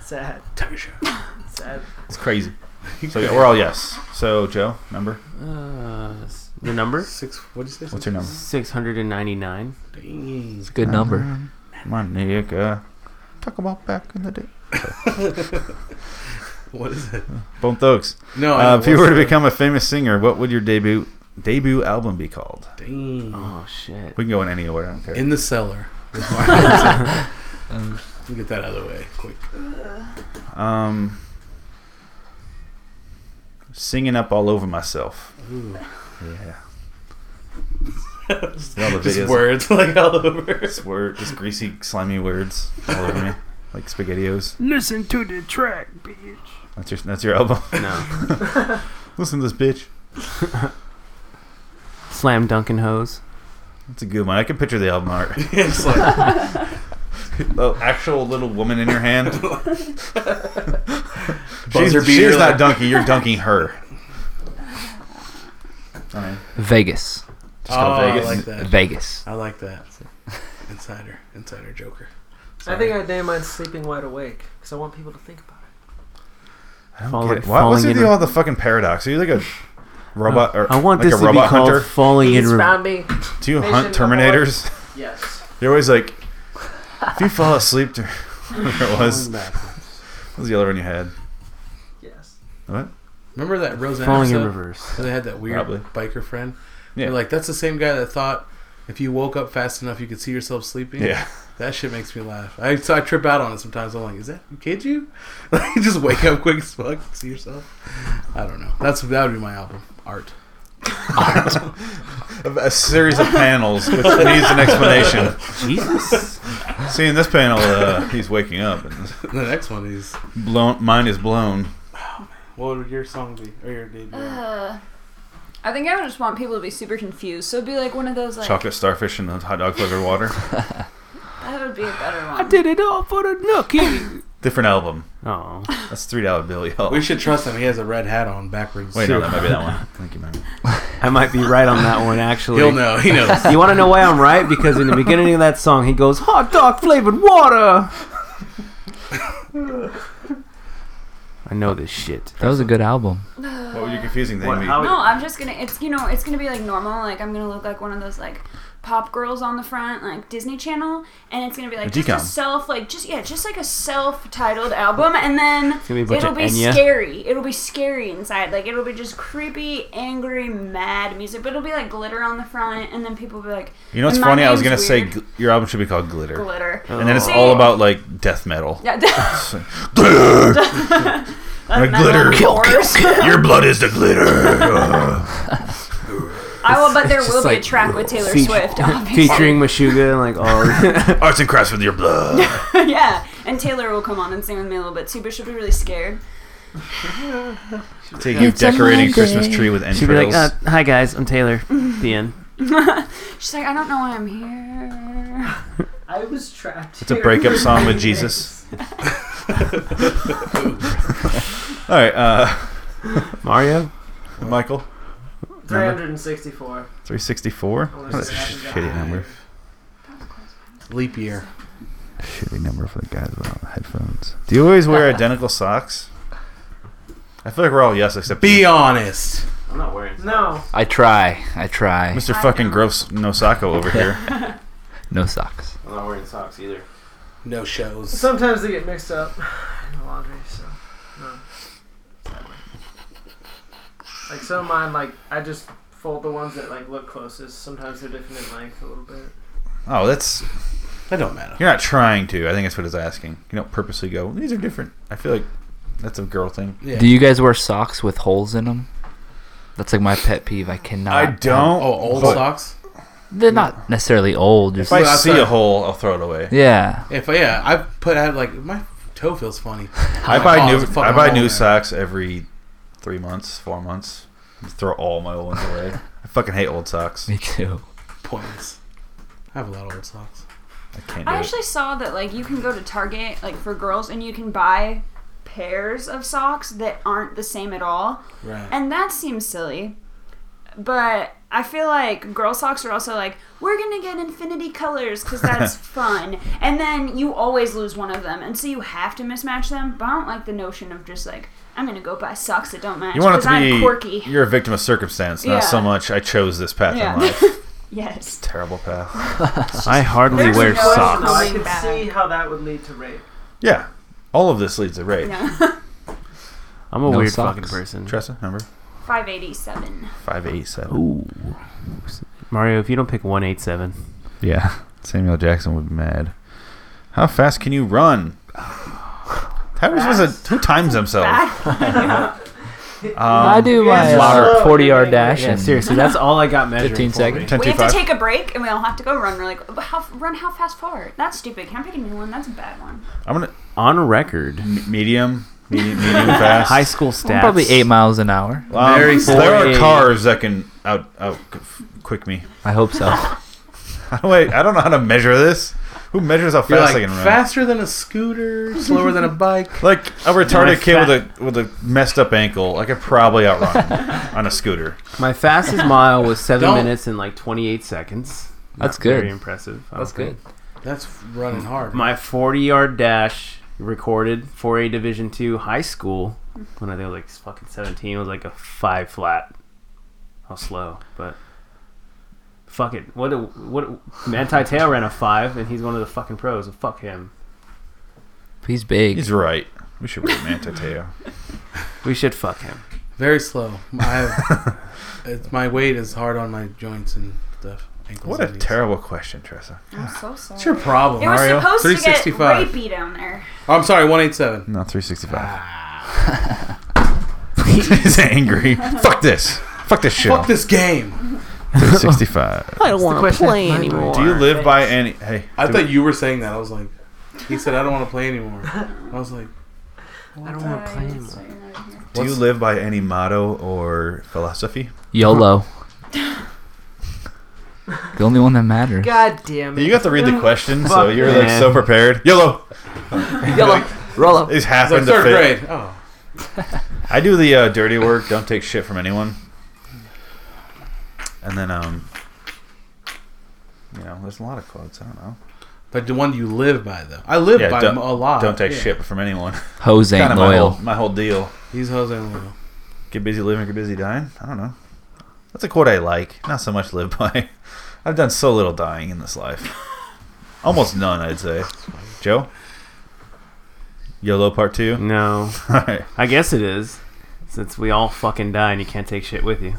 Sad.
Tiger shark.
Sad.
It's crazy. So yeah, we're all yes. So Joe, number?
Uh, s- the number
Six. What did you say?
What's your number?
six hundred and ninety nine.
Dang.
It's a good number.
Um, My nigga. Talk about back in the day.
What is it?
Bone Thugs.
No. Oh, I
Uh,
know,
if you were
what's
to
the-
become a famous singer, what would your debut debut album be called? Mm-hmm.
Dang.
Oh shit.
We can go in any order. I don't care.
in the cellar. Get that out of the way quick.
um, singing up all over myself.
Ooh.
Yeah. all the
Just
videos.
words like all over.
Just word, just greasy, slimy words all over me, like spaghettios.
Listen to the track, bitch.
That's your that's your album.
No.
Listen to this bitch.
Slam Dunkin' Hose.
That's a good one. I can picture the album art.
it's like
the actual little woman in your hand. she's
Buzzer beater,
she's
like-
not dunking. You're dunking her. I mean,
Vegas.
just
oh,
go Vegas.
I like that.
Vegas.
I like that. Insider, insider joker.
I think I'd name mine sleeping wide awake because I want people to think about it.
I don't
Fall-
get it. Why- what's
falling
the
in
deal
a- Oh,
with the fucking paradox? Are you like a robot? Or
Uh, I want
like
this
a
to be
robot
called
hunter.
Falling in
He's
Re-
found me.
Do you
Mission
hunt
number
Terminators?
Yes.
You're always like, if you fall asleep, dur- whatever it was. What was the other one you had?
Yes.
Remember that Roseanne
Falling in
episode?
Reverse.
where They had that weird
Probably.
biker friend.
Yeah.
They're like, that's the same guy that thought if you woke up fast enough, you could see yourself sleeping.
Yeah.
That shit makes me laugh. I so I trip out on it sometimes. I'm like, is that kid you? Like, just wake up quick as fuck, see yourself. I don't know. That's that would be my album art.
A, a series of panels which needs an explanation.
Jesus.
See, in this panel, uh, he's waking up and
The next one is
blown, mind is blown.
what would your song be or your debut?
Uh, I think I would just want people to be super confused. So it'd be like one of those like
Chocolate starfish and hot dog flavored water.
that would be a better one.
I did it all for the nookie.
Different album.
Oh.
That's three dollar bill, y'all.
Uh, we should trust him. He has a red hat on backwards.
Wait, no, that might be that one. Thank you, man.
I might be right on that one, actually.
He'll know. He knows.
You want to know why I'm right? Because in the beginning of that song, he goes, hot dog flavored water. I know this shit.
That was a good album.
What were you confusing thing?
What,
be?
how-
No, I'm just gonna. It's you know, it's gonna be like normal. Like I'm gonna look like one of those like pop girls on the front, like Disney Channel, and it's gonna be like
A
just
decom.
a self, like just yeah, just like a self-titled album, and then
gonna be a bunch
it'll
of
be
Enya.
scary. It'll be scary inside. Like it'll be just creepy, angry, mad music, but it'll be like glitter on the front, and then people will be like,
you know what's
and my
funny? I was gonna
name's
say
weird.
gl- your album should be called Glitter,
glitter.
and then it's
See?
all about like death metal.
Yeah,
Like, glitter. Your blood is the glitter.
I will, but there will be a
like-
track with Taylor
Feat-
Swift, obviously.
Featuring Meshuga and like all.
Arts and crafts with your blood.
yeah, and Taylor will come on and sing with me a little bit too, but she'll be really scared.
Take you decorating Christmas tree with
She'd be like,
entrails.
uh, hi guys, I'm Taylor. The end.
She's like, I don't know why I'm here.
I was trapped.
it's a breakup song with Jesus. all right, uh,
Mario?
Michael,
Three hundred and sixty-four.
three sixty four. Oh, That's a shitty number.
Leap year.
Shitty number for the guys without headphones. Do you always wear identical socks? I feel like we're all yes except
Be honest.
I'm not worried.
No.
I try. I try.
Mr. Fucking Gross No Socko over here.
No socks.
I'm not wearing socks either.
no shows.
Sometimes they get mixed up in the laundry, so no. That way. Like some of mine, like I just fold the ones that like look closest. Sometimes they're different in length a little bit.
Oh, that's
That don't matter.
you're not trying to. I think that's what it's asking. You don't purposely go. These are different. I feel like that's a girl thing.
Yeah.
Do you guys wear socks with holes in them? That's like my pet peeve. I cannot.
I don't.
oh, old
but
socks.
They're not necessarily old. Just
If I
Well,
see
outside.
a hole, I'll throw it away.
yeah.
If uh, yeah, I put out like my toe feels funny.
I
My
buy
paw
new.
is a fucking
I buy
hole
new
now.
socks every three months, four months. Throw all my old ones away. I fucking hate old socks.
Me too.
Pointless. I have a lot of old socks.
I can't do
I
it.
actually saw that like you can go to Target like for girls and you can buy pairs of socks that aren't the same at all.
Right.
And that seems silly. But I feel like girl socks are also like, we're going to get infinity colors because that's fun. And then you always lose one of them. And so you have to mismatch them. But I don't like the notion of just like, I'm going to go buy socks that don't match
You want it
because
to be
I'm quirky.
You're a victim of circumstance, not
Yeah.
so much I chose this path
Yeah.
in life.
yes.
Terrible path.
I hardly
There's
wear
no-
socks.
I
Going
can
back.
see how that would lead to rape.
Yeah. All of this leads to rape.
No.
I'm a
No
weird
socks.
fucking person.
Tressa, remember?
587.
Five eight seven.
Ooh.
Mario, if you don't pick 187,
Yeah. Samuel Jackson would be mad. How fast can you run? How are we supposed to who times Um, themselves?
Bad.
I do my
guys are
uh,
slow.
40 yard dash.
yeah,
and
seriously, that's all I got measuring.
15
for
seconds.
me.
we have to
10-2-5.
take a break and we all have to go run. We're like, how, run how fast forward? That's stupid. Can I pick a new one? That's a bad one.
I'm gonna
On record,
m- medium. Medium, medium fast.
high school stats.
Probably 8 miles an hour.
Um,
Very
there are
slow.
cars that can out out quick me.
I hope so.
How do I? I don't know how to measure this. Who measures how
You're
fast
like
I can run?
faster than a scooter, slower than a bike.
Like a
My
retarded kid
fa-
with a with a messed up ankle, I could probably outrun him on a scooter.
My fastest mile was 7
Don't.
minutes and like 28 seconds.
That's
Not
good.
Very impressive. I
That's
don't think.
good.
That's running hard.
My 40 yard dash recorded for a Division two high school when I think I was like fucking 17. It was like a five flat. I was slow, but fuck it. What a, what a, Manti Tail ran a five, and he's one of the fucking pros. And fuck him.
He's big.
He's right. We should rate Manta Teo.
We should fuck him.
Very slow. I it's, my weight is hard on my joints and stuff. Ankles
What a
and knees.
terrible question, Tressa.
I'm so sorry.
What's your problem,
It was
Mario?
supposed to get
365.
rapey down there.
Oh, I'm sorry, 187.
No, 365.
Ah.
He's angry. Fuck this. Fuck this show.
Fuck this game.
365.
I don't want to
question
play
of my brain.
anymore.
Do you live by any? Hey,
I
do-
thought you were saying that. I was like, he said, I don't want to play anymore. I was like,
I don't want to play anymore.
do you live by any motto or philosophy?
YOLO. the only one that matters.
God damn it!
You got to read the question, so
Fuck,
you're like so
man.
prepared. YOLO.
YOLO. Roll up.
It's
it's like
happened to
third
fit.
grade. Oh,
I do the uh, dirty work. Don't take shit from anyone. And then, um, you know, there's a lot of quotes. I don't know.
like the one you live by, though. I live by
don't,
them a lot.
Don't take
Ah, Yeah.
shit from anyone.
Hose ain't
Kinda My
loyal.
whole, my whole deal.
These hoes ain't loyal.
Get busy living, get busy dying. I don't know. That's a quote I like. Not so much live by. I've done so little dying in this life. Almost none, I'd say. Joe? YOLO part two?
No.
Alright.
I guess it is. Since we all fucking die and you can't take shit with you.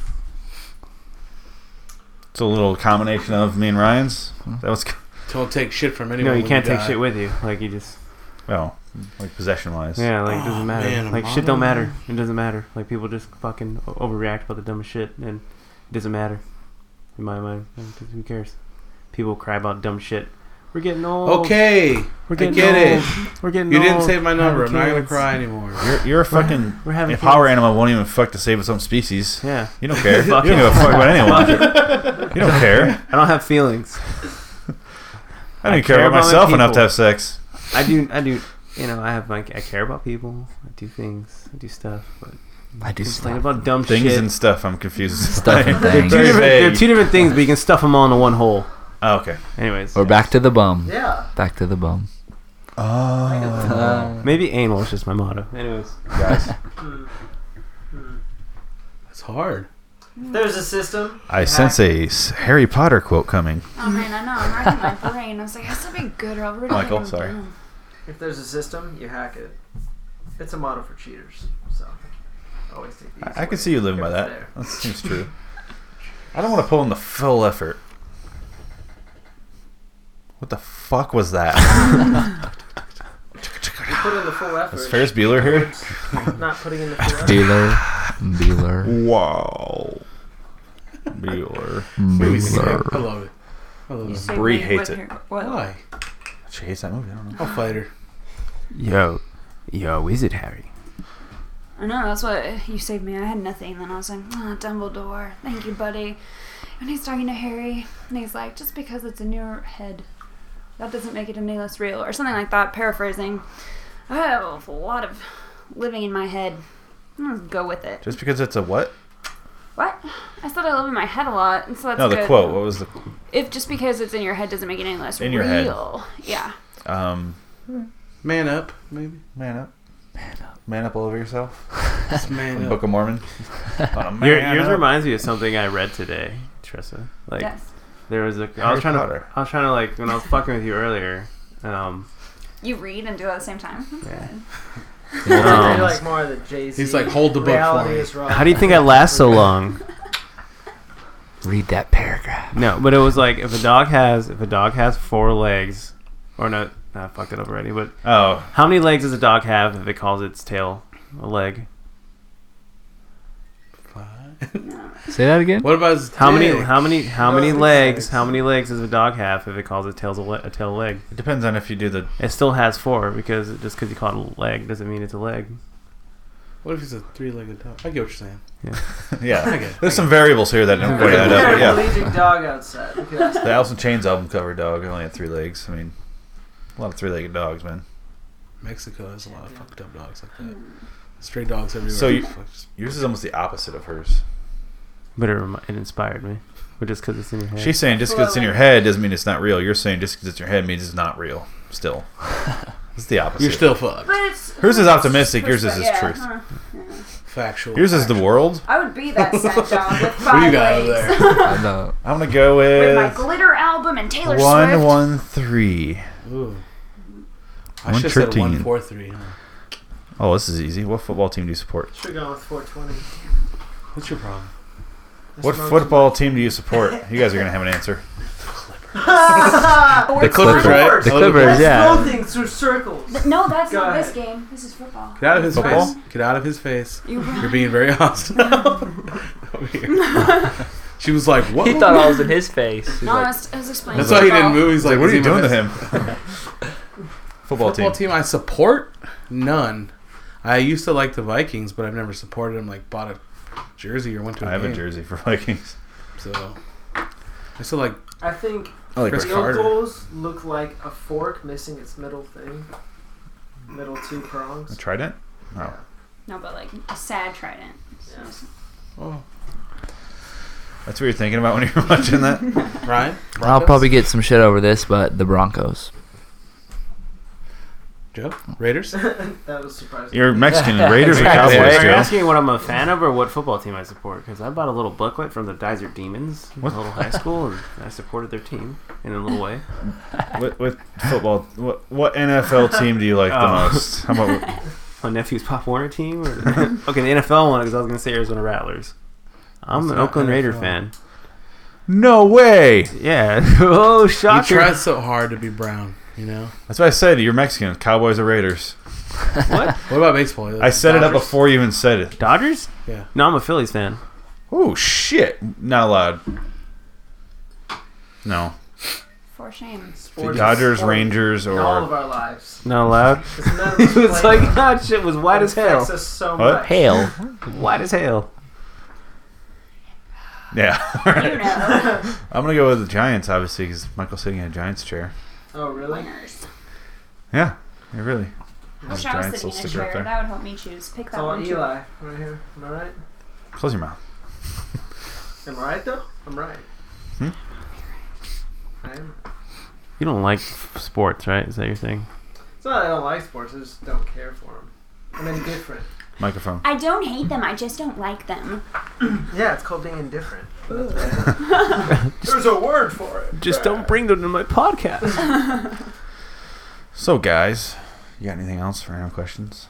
It's a little combination of me and Ryan's. That was,
Don't take shit from anyone.
No, you
when
can't take
die.
shit with you. Like, you just.
well, like possession wise.
Yeah, like it doesn't matter.
Ah, man, a
like shit don't
model?
matter. It doesn't matter. Like people just fucking o- overreact about the dumbest shit, and it doesn't matter. In my mind, like, who cares? People cry about dumb shit. We're getting old.
Okay, I
we're getting
get
old.
it.
We're getting
You
old.
didn't save my number. I'm
Having
not gonna
kids.
cry anymore.
You're, you're a fucking
We're having
a power
kids.
animal won't even fuck to save its own species.
Yeah,
You don't care. you don't
Fuck
give
it.
a fuck about anyone. you don't care.
I don't have feelings.
I don't
I
even care
care
about
about
myself enough to
people.
have sex.
I do. I do. You know, I have like I care about people. I do things. I do stuff. But
I do
complain
stuff.
about dumb
Things
shit.
and stuff. I'm confused.
Stuff and
They're
things.
two
very
different, they're
vague.
two different things, but you can stuff them all into one hole.
Oh, okay.
Anyways,
Or back to the bum.
Yeah.
Back to the bum.
Oh,
maybe anal is just my motto. Anyways,
guys,
That's hard.
There's a system.
I sense a s- Harry Potter quote coming.
Oh man, I know. I'm racking my brain. I was like, that's a big good. I'll really
Michael,
write them
sorry.
down.
If there's a system, you hack it. It's a model for cheaters. So always take the easy
I, I
way.
can see you living by
It's
that.
there.
That seems true. I don't want to pull in the full effort. What the fuck was that?
You put in the full effort.
Is Ferris Bueller here?
Not putting in the full effort.
Bueller. Bueller.
Wow. Bueller.
Bueller.
I love it. I love it.
Say,
Bree
wait,
hates
what
it.
hair- What?
Why?
She hates that movie. I don't know.
I'll fight her.
Yo, yo, is it Harry?
I know, that's what you saved me. I had nothing. Then I was like, oh, Dumbledore, thank you, buddy. And he's talking to Harry, and he's like, just because it's in your head, that doesn't make it any less real, or something like that, paraphrasing. I have a lot of living in my head. Let's go with it.
Just because it's a what?
What? I said I live in my head a lot, and so that's
no, the
good.
quote. What was the
If just because it's in your head doesn't make it any less
In
real.
your head.
Yeah.
um?
Man up, maybe.
Man up. Man up. Man up all over yourself.
Just man
Book
up.
of Mormon. Not a man
Your, yours
up.
reminds me of something I read today, Tressa. Like
yes.
there was a. I
Harry
was trying
Potter.
to. I was trying to like when I was fucking with you earlier. Um,
You read and do it at the same time.
yeah.
I
um,
like more of the Jay-Z.
He's like, hold the book for
reality
me.
is wrong.
how do you think I last so long?
Read that paragraph.
No, but it was like if a dog has if a dog has four legs, or no, I fucked it up already. But
Oh,
how many legs does a dog have if it calls its tail a leg?
Say that again.
What about his
How many
dick?
how many how
No,
many
it's
legs
legs.
how many legs does a dog have if it calls its tail a, le- a tail leg?
it depends on if you do the.
It still has four because just because you call it a leg doesn't mean it's a leg.
What if he's a three-legged dog? I get what you're saying.
Yeah.
Okay.
Uh, There's some variables here that don't
There's
quite
a
add up. but yeah.
paraplegic dog outside. Look at that.
The Alice in Chains album cover dog only had three legs. I mean, a lot of three-legged dogs, man.
Mexico has a lot of fucked up dogs like that. Stray dogs everywhere.
So you-
Fuck, just-
Yours is almost the opposite of hers.
But it, remi- it inspired me, but just because it's in your head.
She's saying just because it's in your head doesn't mean it's not real. You're saying just because it's in your head means it's not real. Still, it's the opposite.
you're still fucked.
But it's
Hers is optimistic, yours is his
yeah,
truth.
huh.
Factual.
Yours is the world.
I would be that sad dog with
What do you
five
got over
legs.
there?
I know.
I'm gonna go
With my
with
glitter album and Taylor
one
Swift.
one three.
Ooh. I should have said
113.
one four three. Huh?
Oh, this is easy. What football team do you support?
Should have gone with 420.
What's your problem?
That's
What
wrong.
football team do you support? You guys are gonna have an answer.
Or it's
Clippers,
not-
right?
The
Oh,
Clippers,
Let's
yeah.
throw things through circles.
No, that's
Go
not
ahead.
this game. This is football.
Get out of his
Football?
face. Get out of his face.
You're
You're
right.
being very hostile. Over here. she was like, "What?"
He thought I was in his face. He's
No, I
like,
was, I was explaining.
That's why he
football.
didn't move. He's
Like,
like,
what are
"Is
you
he
doing to
with us?"
him? football team.
Football team I support none. I used to like the Vikings, but I've never supported them. Like bought a jersey or went to a
I have
game.
a jersey for Vikings.
So I still like
I think
I like
Chris
Rick
field
Carter.
goals look like a fork missing its middle thing, middle two prongs.
Trident. Oh. No.
No, but like a sad trident.
Yeah.
oh
That's what you're thinking about when you're watching that.
Ryan
I'll probably get some shit over this, but the Broncos.
Joe Raiders.
That was surprising.
You're Mexican Raiders or
Exactly.
Cowboys,
Are you
Joe?
asking what I'm a fan of or what football team I support? Because I bought a little booklet from the Dizer Demons,
What?
a little high school, and I supported their team in a little way.
What, what football? What, what NFL team do you like the
Oh.
most? How about
My nephew's Pop Warner team? Or okay, the NFL one, because I was going to say Arizona Rattlers. I'm
That's
an
not
Oakland Raider
NFL.
fan.
no way?
Yeah. oh,
You
shocker.
tried so hard to be brown. You know
That's what I said. You're Mexican. Cowboys or Raiders?
what about baseball?
I set it up
Dodgers?
before you even said it.
Dodgers?
Yeah.
No, I'm a Phillies fan.
Oh shit! Not allowed. No.
For shame.
Sports
Dodgers,
is important
Rangers,
in all of
or
our lives.
Not allowed.
It's none of us
it was
play
like, that shit was white
it
as hell.
affects us so
What?
much.
Hail.
White as hell.
yeah. All
You
right.
know,
I'm gonna go with the Giants, obviously, because Michael's sitting in a Giants chair.
Oh really?
winners.
Yeah. Yeah, really.
I wish I was
Giants will
sitting in a
stick right
chair.
there.
That would help me choose. Pick
It's
that
all
one. too.
Eli right here. Am I right?
Close your mouth.
Am I right though? I'm right.
Hmm?
I am.
You don't like sports, right? Is that your thing?
It's not that I don't like sports. I just don't care for them. I'm indifferent.
Microphone.
I don't hate them. I just don't like them.
Yeah, it's called being indifferent.
There's a word for it.
Just don't bring them to my podcast.
So, guys, you got anything else? Random questions?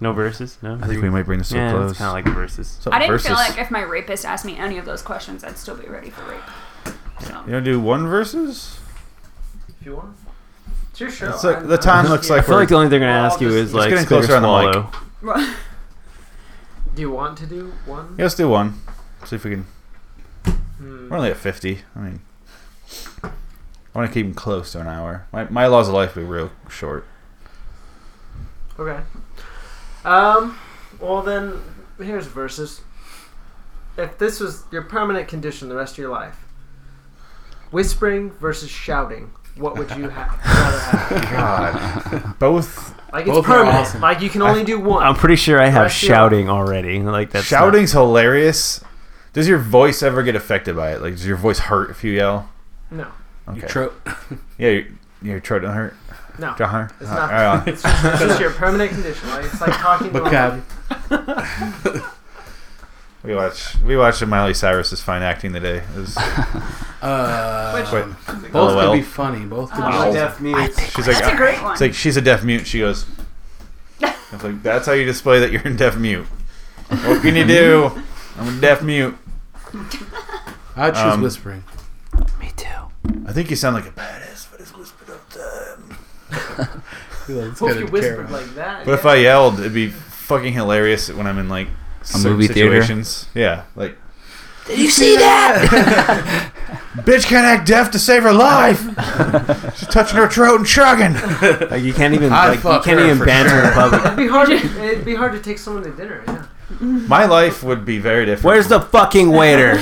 no verses. No.
I think we might bring this to a
yeah,
close.
it's kind of like the verses.
So,
I didn't
versus.
feel like if my rapist asked me any of those questions, I'd still be ready for rape. So.
you want to do one versus?
If you want. It's your show.
It's like-
I'm-
the
I'm
time
just-
looks
yeah.
I
like
feel like the only thing they're gonna
Well,
ask you
just-
is
just
like
getting
spit or
closer on the mic.
swallow.
Do you want to do one?
Yeah, let's do one. See if we can.
Hmm.
We're only at 50. I mean, I want to keep them close to an hour. My, my laws of life will be real short.
Okay. Um. Well, then here's verses. If this was your permanent condition the rest of your life, whispering versus shouting, what would you ha- rather have?
God. Both
Like it's
Both are
permanent.
awesome.
Like you can only do one.
I'm pretty sure I have
Press you.
shouting already. Like that's not-
Shouting's hilarious. Does your voice ever get affected by it? Like, does your voice hurt if you yell?
no,
Okay.
Tro-
yeah, your, your throat don't hurt.
no.
Don't hurt.
It's
Uh,
not-
uh,
It's just, it's just your permanent condition. Like it's like talking to a
Macabre.
we watch we watched Miley Cyrus's fine acting today. It was,
Uh,
wait,
both
LOL.
could be funny. Both could
Usually
be.
deaf mutes.
she's like,
That's a great one.
it's like she's a deaf mute. She goes, it's like that's how you display that you're in deaf mute. What can you do? I'm a deaf mute.
I choose
Um,
whispering.
Me too.
I think you sound like a badass, but it's whispered up time.
Well, if you whispered like that,
But if
yeah.
I yelled, it'd be fucking hilarious when I'm in like certain
movie theater?
situations. Yeah, like
Did you see that?
Bitch can't act deaf to save her life. She's touching her throat and chugging.
Like you can't even
I'd
like you
fuck
can't
her
even
for
banter in public.
it'd be hard. To, it'd be hard to take someone to dinner. Yeah.
My life would be very different.
Where's the fucking waiter?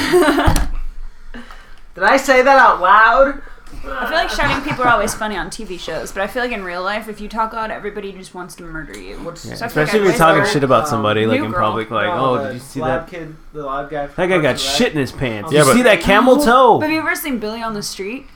Did I say that out loud?
I feel like shouting people are always funny on TV shows, but I feel like in real life, if you talk loud, everybody just wants to murder you.
What's
Yeah,
So I feel like
Especially if
I
you're talking
whispered,
shit about
um,
somebody like
New
in
Girl.
public, like,
No,
oh,
the
did you see
lab
that?
Kid, the lab guy.
That guy got shit in his pants.
Yeah,
you
but-
see that camel
But have
toe?
you ever seen Billy on the street?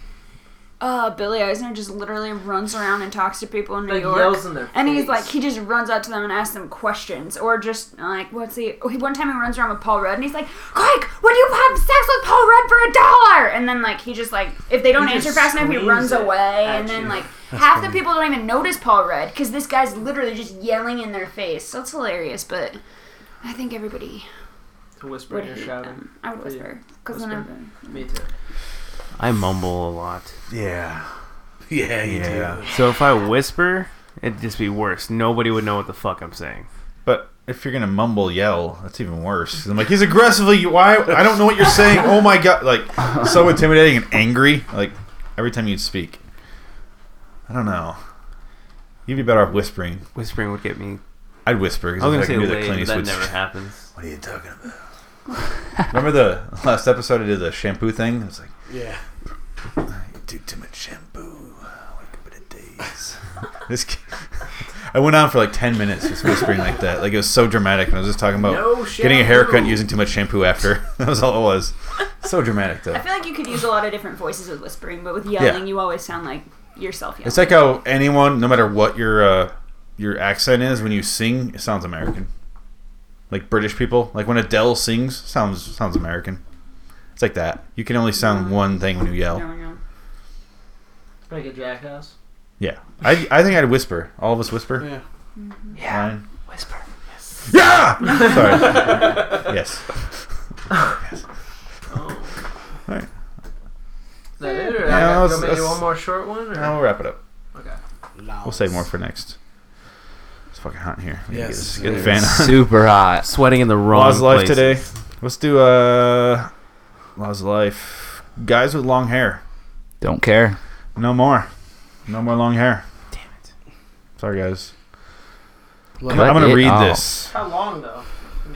Uh, Billy Eisner just literally runs around and talks to people in New
Like,
York.
yells in their
and he's
face.
like, he just runs out to them and asks them questions, or just like, what's he? oh, he- One time he runs around with Paul Rudd, and he's like, "Quick, would you have sex with Paul Rudd for a dollar?" And then like, he just like, if they don't
He just
answer fast enough, he
screams
runs
it
away,
at
and then
you.
like, half the people don't even notice Paul Rudd because this guy's literally just yelling in their face. So it's hilarious, but I think everybody
To whisper
would
in your
hate
shouting.
them. I would
For you.
whisper because then
Whisper.
I'm.
Me too.
I mumble a lot.
Yeah.
yeah, you
Yeah.
So if I whisper, it'd just be worse. Nobody would know what the fuck I'm saying.
But if you're gonna mumble, yell, that's even worse. 'Cause I'm like, he's aggressively. Why? I don't know what you're saying. Oh my god! Like so intimidating and angry. Like every time you'd speak. I don't know. You'd be better off whispering.
Whispering would get me.
I'd whisper because
I was
I,
gonna
I
say
knew that Clint
late, but that
Eastwood.
never happens.
What are you talking about? Remember the last episode I did the shampoo thing? It was like,
Yeah.
You do too much shampoo. Wake up in a daze. this, kid- I went on for like ten minutes just whispering like that. Like it was so dramatic, and I was just talking about
No
getting a haircut and
shampoo.
using too much shampoo after. that was all it was. So dramatic
I
though.
feel like you could use a lot of different voices with whispering, but with yelling,
Yeah.
you always sound like yourself yelling.
It's like how anyone, no matter what your uh, your accent is, when you sing, it sounds American. Like British people, like when Adele sings, sounds sounds American. It's like that. You can only sound one thing when you yell.
No, no.
Like a jackass.
Yeah, I, I think I'd whisper. All of us whisper.
Yeah.
Fine.
Whisper.
Yeah. Sorry. yes.
Oh.
Is that it? Or
Yeah,
I
let's-
gotta go maybe
let's-
one more short one? Or?
Now we'll wrap it up.
Okay.
We'll save more for next. It's fucking hot in here. We gotta
Yes,
get,
it
this- get the fan on.
Super hot.
Sweating in the wrong
Laws of life
places.
today. Let's do uh, laws of life. Guys with long hair.
Don't care.
No more. No more long hair.
Damn it.
Sorry guys.
Like,
Cut
I'm gonna
it
read
off.
this.
How long though?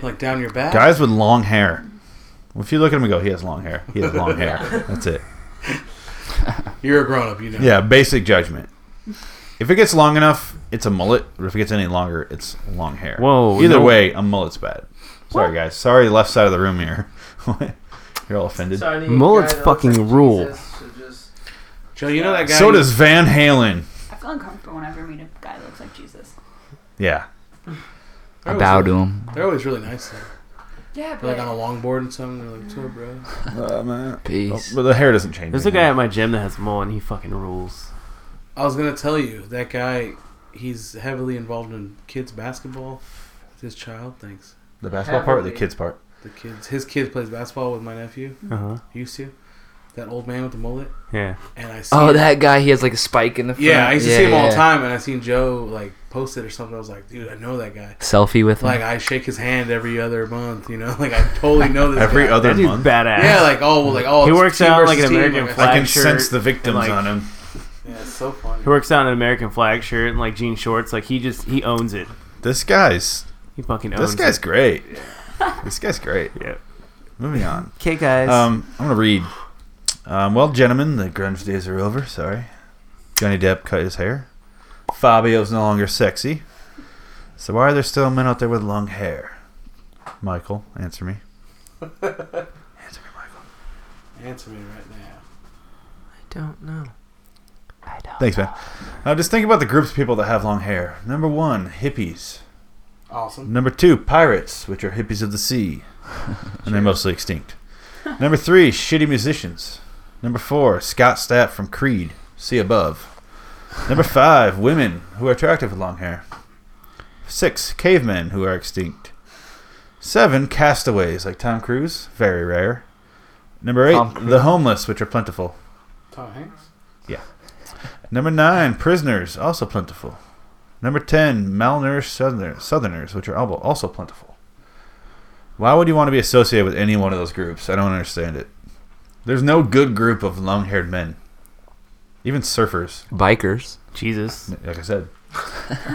like down your back.
Guys with long hair. Well, if you look at him and go, he has long hair. He has long hair. That's it.
You're a grown up, you know.
Yeah, basic judgment. If it gets long enough, it's a mullet. But if it gets any longer, it's long hair.
Whoa,
Either
no-
way, a mullet's bad. Sorry, guys. Sorry, left side of the room here. You're all offended.
So I need a
Mullets
guy that looks
fucking
like
rule.
Jesus to just-
Joe, you know that guy.
So does Van Halen.
I feel uncomfortable whenever I meet a guy that looks like Jesus.
Yeah.
I bow to them.
They're always really nice. Though.
Yeah,
They're
but
like on a longboard and something. They're like, "What's up, bro?"
Uh, man.
Peace.
but the hair doesn't change.
There's a guy
anything.
at my gym that has mole, and he fucking rules.
I was gonna tell you that guy. He's heavily involved in kids basketball. With his child, thanks.
The basketball part, or the
Heavily.
kids part.
The kids, his kid plays basketball with my nephew.
Uh
Uh-huh.
huh.
Used to. That old man with the mullet.
Yeah.
And I see.
Oh, that guy. He has like a spike in the front.
Yeah, I used to see him all
yeah.
the time, and I seen Joe like post it or something. I was like, dude, I know that guy.
Selfie with him.
Like I shake his hand every other month, you know. Like I totally know this.
Every
guy.
other
That dude's
month,
badass.
Yeah, like oh, well, like oh,
He
it's
works
team
out
versus
like an
team,
American
like,
I
I-
can
flag shirt
sense the victims
and, like-
on him.
Yeah, it's so funny.
He works out in an American flag shirt and like jean shorts. Like he just he owns it.
This guy's
He fucking owns
this guy's
it.
great. this guy's great.
Yeah.
Moving on.
Okay, guys.
Um, I'm gonna read. Um, well, gentlemen, the grunge days are over. Sorry, Johnny Depp cut his hair. Fabio's no longer sexy. So why are there still men out there with long hair? Michael, answer me. answer me, Michael.
Answer me right now.
I don't know.
I don't
Thanks, man. Now just think about the groups of people that have long hair. Number one, hippies.
Awesome.
Number two, pirates, which are hippies of the sea, and they're mostly extinct. Number three, shitty musicians. Number four, Scott Stapp from Creed. See above. Number five, women who are attractive with long hair. Six, cavemen who are extinct. Seven, castaways like Tom Cruise, very rare. Number
Tom
eight,
Cruise.
the homeless, which are plentiful.
Tom Hanks.
Number nine, prisoners, also plentiful. Number ten, malnourished southerners, southerners which are albo- also plentiful. Why would you want to be associated with any one of those groups? I don't understand it. There's no good group of long-haired men. Even surfers,
Bikers.
Jesus.
like I said.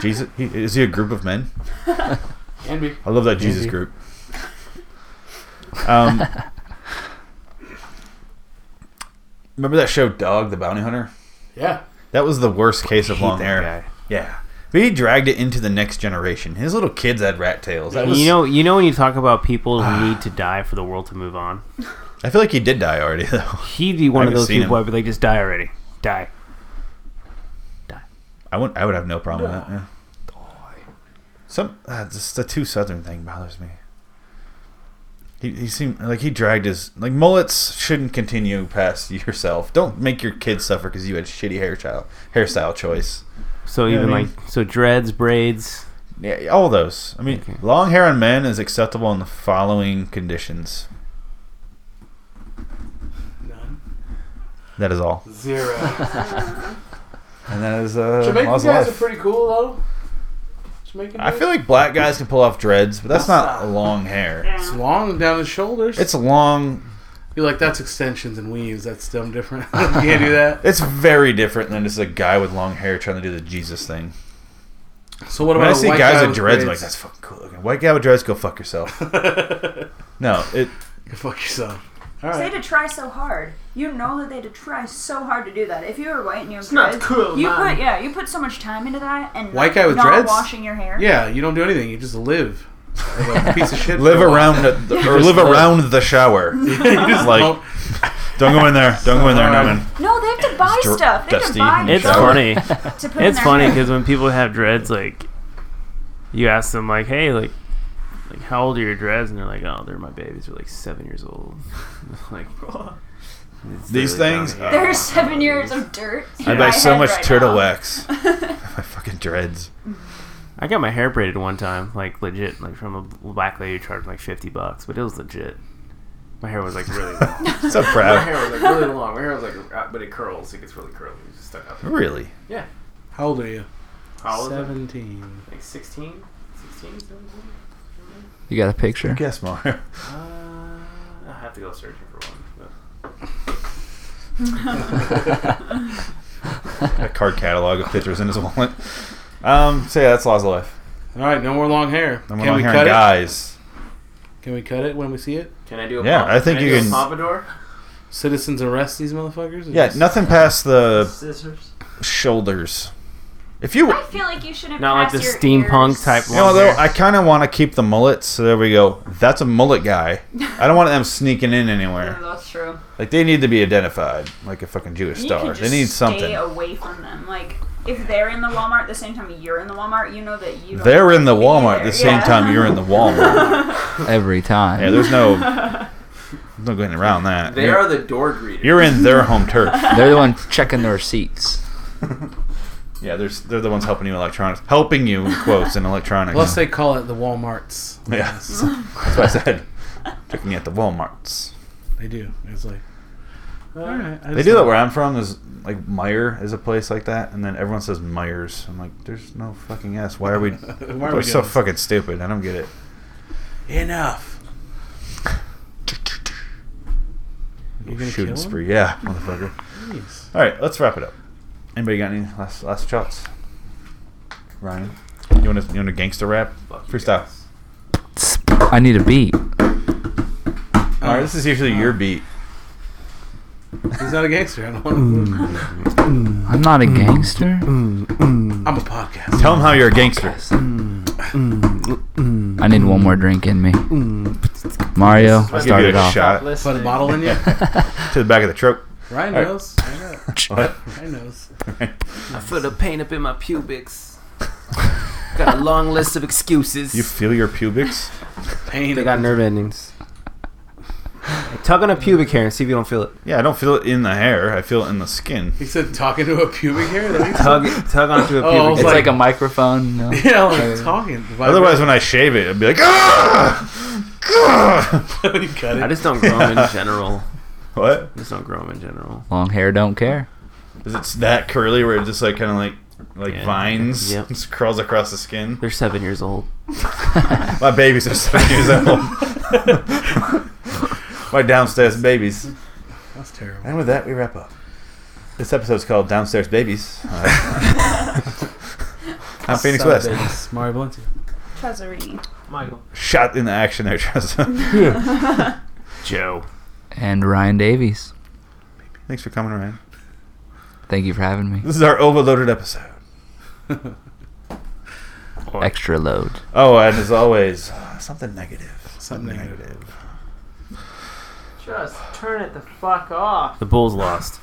Jesus, he, is he a group of men?
And we
I love that Jesus
Maybe.
group. Um, remember that show Dog the Bounty Hunter?
yeah.
That was the worst case of
Hate
long
that
hair.
guy.
Yeah. But he dragged it into the next generation. His little kids had rat tails. That was,
you know, you know when you talk about people
Ah.
who need to die for the world to move on.
I feel like he did die already, though.
He'd be
I
one of
haven't
those
seen
people
him.
I'd be like, just die already, die.
I would, I would have no problem with that. Yeah. Some uh, this, the two southern thing bothers me. He, he seemed like he dragged his like mullets shouldn't continue past yourself. Don't make your kids suffer because you had shitty hairstyle hairstyle choice.
So
Yeah, I
even
mean-
like so dreads, braids.
Yeah, all those. I mean,
Okay.
long hair on men is acceptable in the following conditions.
None.
That is all,
Zero.
and that is uh,
Jamaican
Ma's
guys
life.
are pretty cool though. Jamaican.
I
dudes.
feel like black guys can pull off dreads, but that's
That's
not
not-
long hair.
it's
yeah.
long down his shoulders.
It's long.
You're like that's extensions and weaves. That's dumb different. you can't do that.
It's very different than just a guy with long hair trying to do the Jesus thing.
So what
When
about
I
a
see
white
guys
guy
with dreads, I'm like, that's fucking cool looking. White guy with dreads, go fuck yourself.
that's.
No, it.
Fuck yourself. All
They
right.
had to try so hard. You know that they had to try so hard to do that. If you were white and you had
not
dreads,
cool,
you
man.
put yeah, you put so much time into that and
White guy with
not
dreads?
washing your hair.
Yeah, you don't do anything. You just live. Like a piece of shit.
Live
for a while.
around the, or live around the shower. like,
don't.
don't. go in there. Don't go in there, no
Alright.
man.
No, they have to buy
dr-
stuff. They have
dusty
to buy
and
It's
Shower.
clothes
funny.
to put in
it's
their
funny
hair.
because when people have dreads, like you ask them, like, "Hey, like, like how old are your dreads?" And they're like, "Oh, they're my babies. They're like seven years old." like it's
These
literally
things?
down here.
There's seven years of dirt.
I
in
buy
my
so
head
much
right
turtle
now.
wax. My fucking dreads.
I got my hair braided one time, like legit, like from a black lady who charged like fifty bucks, but it was legit. My hair was like really long.
So
My
proud.
hair was like really long. My hair was like, uh, but it curls. It gets really curly. It's just stuck out. there.
Really?
How old are you?
How old was I?
Seventeen.
Like 16? 16, 17?
You got a picture?
Guess more.
Uh, I have to go searching for one. but-
a card catalog of pictures in his wallet. Um. So yeah, that's Law's life.
All right, no more long hair.
I'm
Can
not
we
hearing
cut it?
guys.
Can we cut it when we see it?
Can I do a
Yeah,
pomp-
I think
can
you
I do
can-
A pompadour?
Citizens arrest these motherfuckers. or
Yeah,
just-
nothing past the
Scissors?
shoulders. If you,
I feel like you shouldn't.
Not like
press
the
your
steampunk
ears.
type
you
one.
know, though, I kind of want to keep the mullets. So there we go. That's a mullet guy. I don't want them sneaking in
Yeah,
anywhere.
that's true.
Like they need to be identified, like a fucking Jewish
You
star.
can just
They need
Stay
something.
away from them. Like if they're in the Walmart at the same time you're in the Walmart, you know that you. Don't
They're in the
be
Walmart
there.
the same
Yeah.
time you're in the Walmart.
every time.
yeah, there's no, there's no getting around that.
They
you're,
are the door greeters.
you're in their home turf.
They're the one checking the receipts.
Yeah, there's they're the ones helping you in electronics, helping you in quotes in electronics.
Plus, they call it the Walmarts.
yeah, so- that's what I said. Checking at the WalMarts.
They do. It's like, uh, all right. I
They
just
do that
don't-
where I'm from. Is like Meyer is a place like that, and then everyone says Myers. I'm like, there's no fucking s. Why are we?
Why are
we're
we
so
doing this?
fucking stupid. I don't get it.
Enough. You're gonna
Shooting
kill him?
spree. Yeah, motherfucker.
Jeez.
All right, let's wrap it up. Anybody got any last last shots? Ryan, you want to you want a gangster rap? Freestyle.
I need a beat.
All right, this is usually your beat.
He's not a gangster. I don't want to.
Hmm.
I'm not a gangster.
I'm a podcast.
Tell them how you're a gangster.
I need one more drink in me. Mario,
I'll give
start
you
it
a
off.
shot
Put a bottle in you.
to the back of the truck.
Ryan
All right.
knows. I know.
What?
Ryan knows.
I feel the pain up in my pubics. Got a long list of excuses.
You feel your pubics?
Pain.
They got nerve endings. Tug on a pubic hair and see if you don't feel it.
Yeah, I don't feel it in the hair. I feel it in the skin.
He said talking to a pubic hair. That means-
Tug, tug onto a
Oh, I was
It's
pubic. hair.
like, a microphone. you know?
yeah, like talking.
Otherwise, when I shave it, I'd be like, ah, ah.
when you cut
I
it,
just don't grow 'em in general.
What?
I just don't grow 'em in general.
Long hair don't care.
Is it that curly where it just like kind of like like
Yeah.
vines
Yep.
just crawls across the skin?
They're seven years old.
My babies are seven years old. My downstairs babies.
that's terrible.
And with that, we wrap up. This episode's called Downstairs Babies. Uh, I'm Phoenix
Son of
West.
bitches. Mario Valencia.
Trezzorini.
Michael.
Shot in the action there, Tristan.
Joe.
And Ryan Davies.
Thanks for coming around.
Thank you for having me.
This is our overloaded episode.
Extra load.
Oh, and as always, something negative.
Something negative.
Just turn it the fuck off.
The Bulls lost.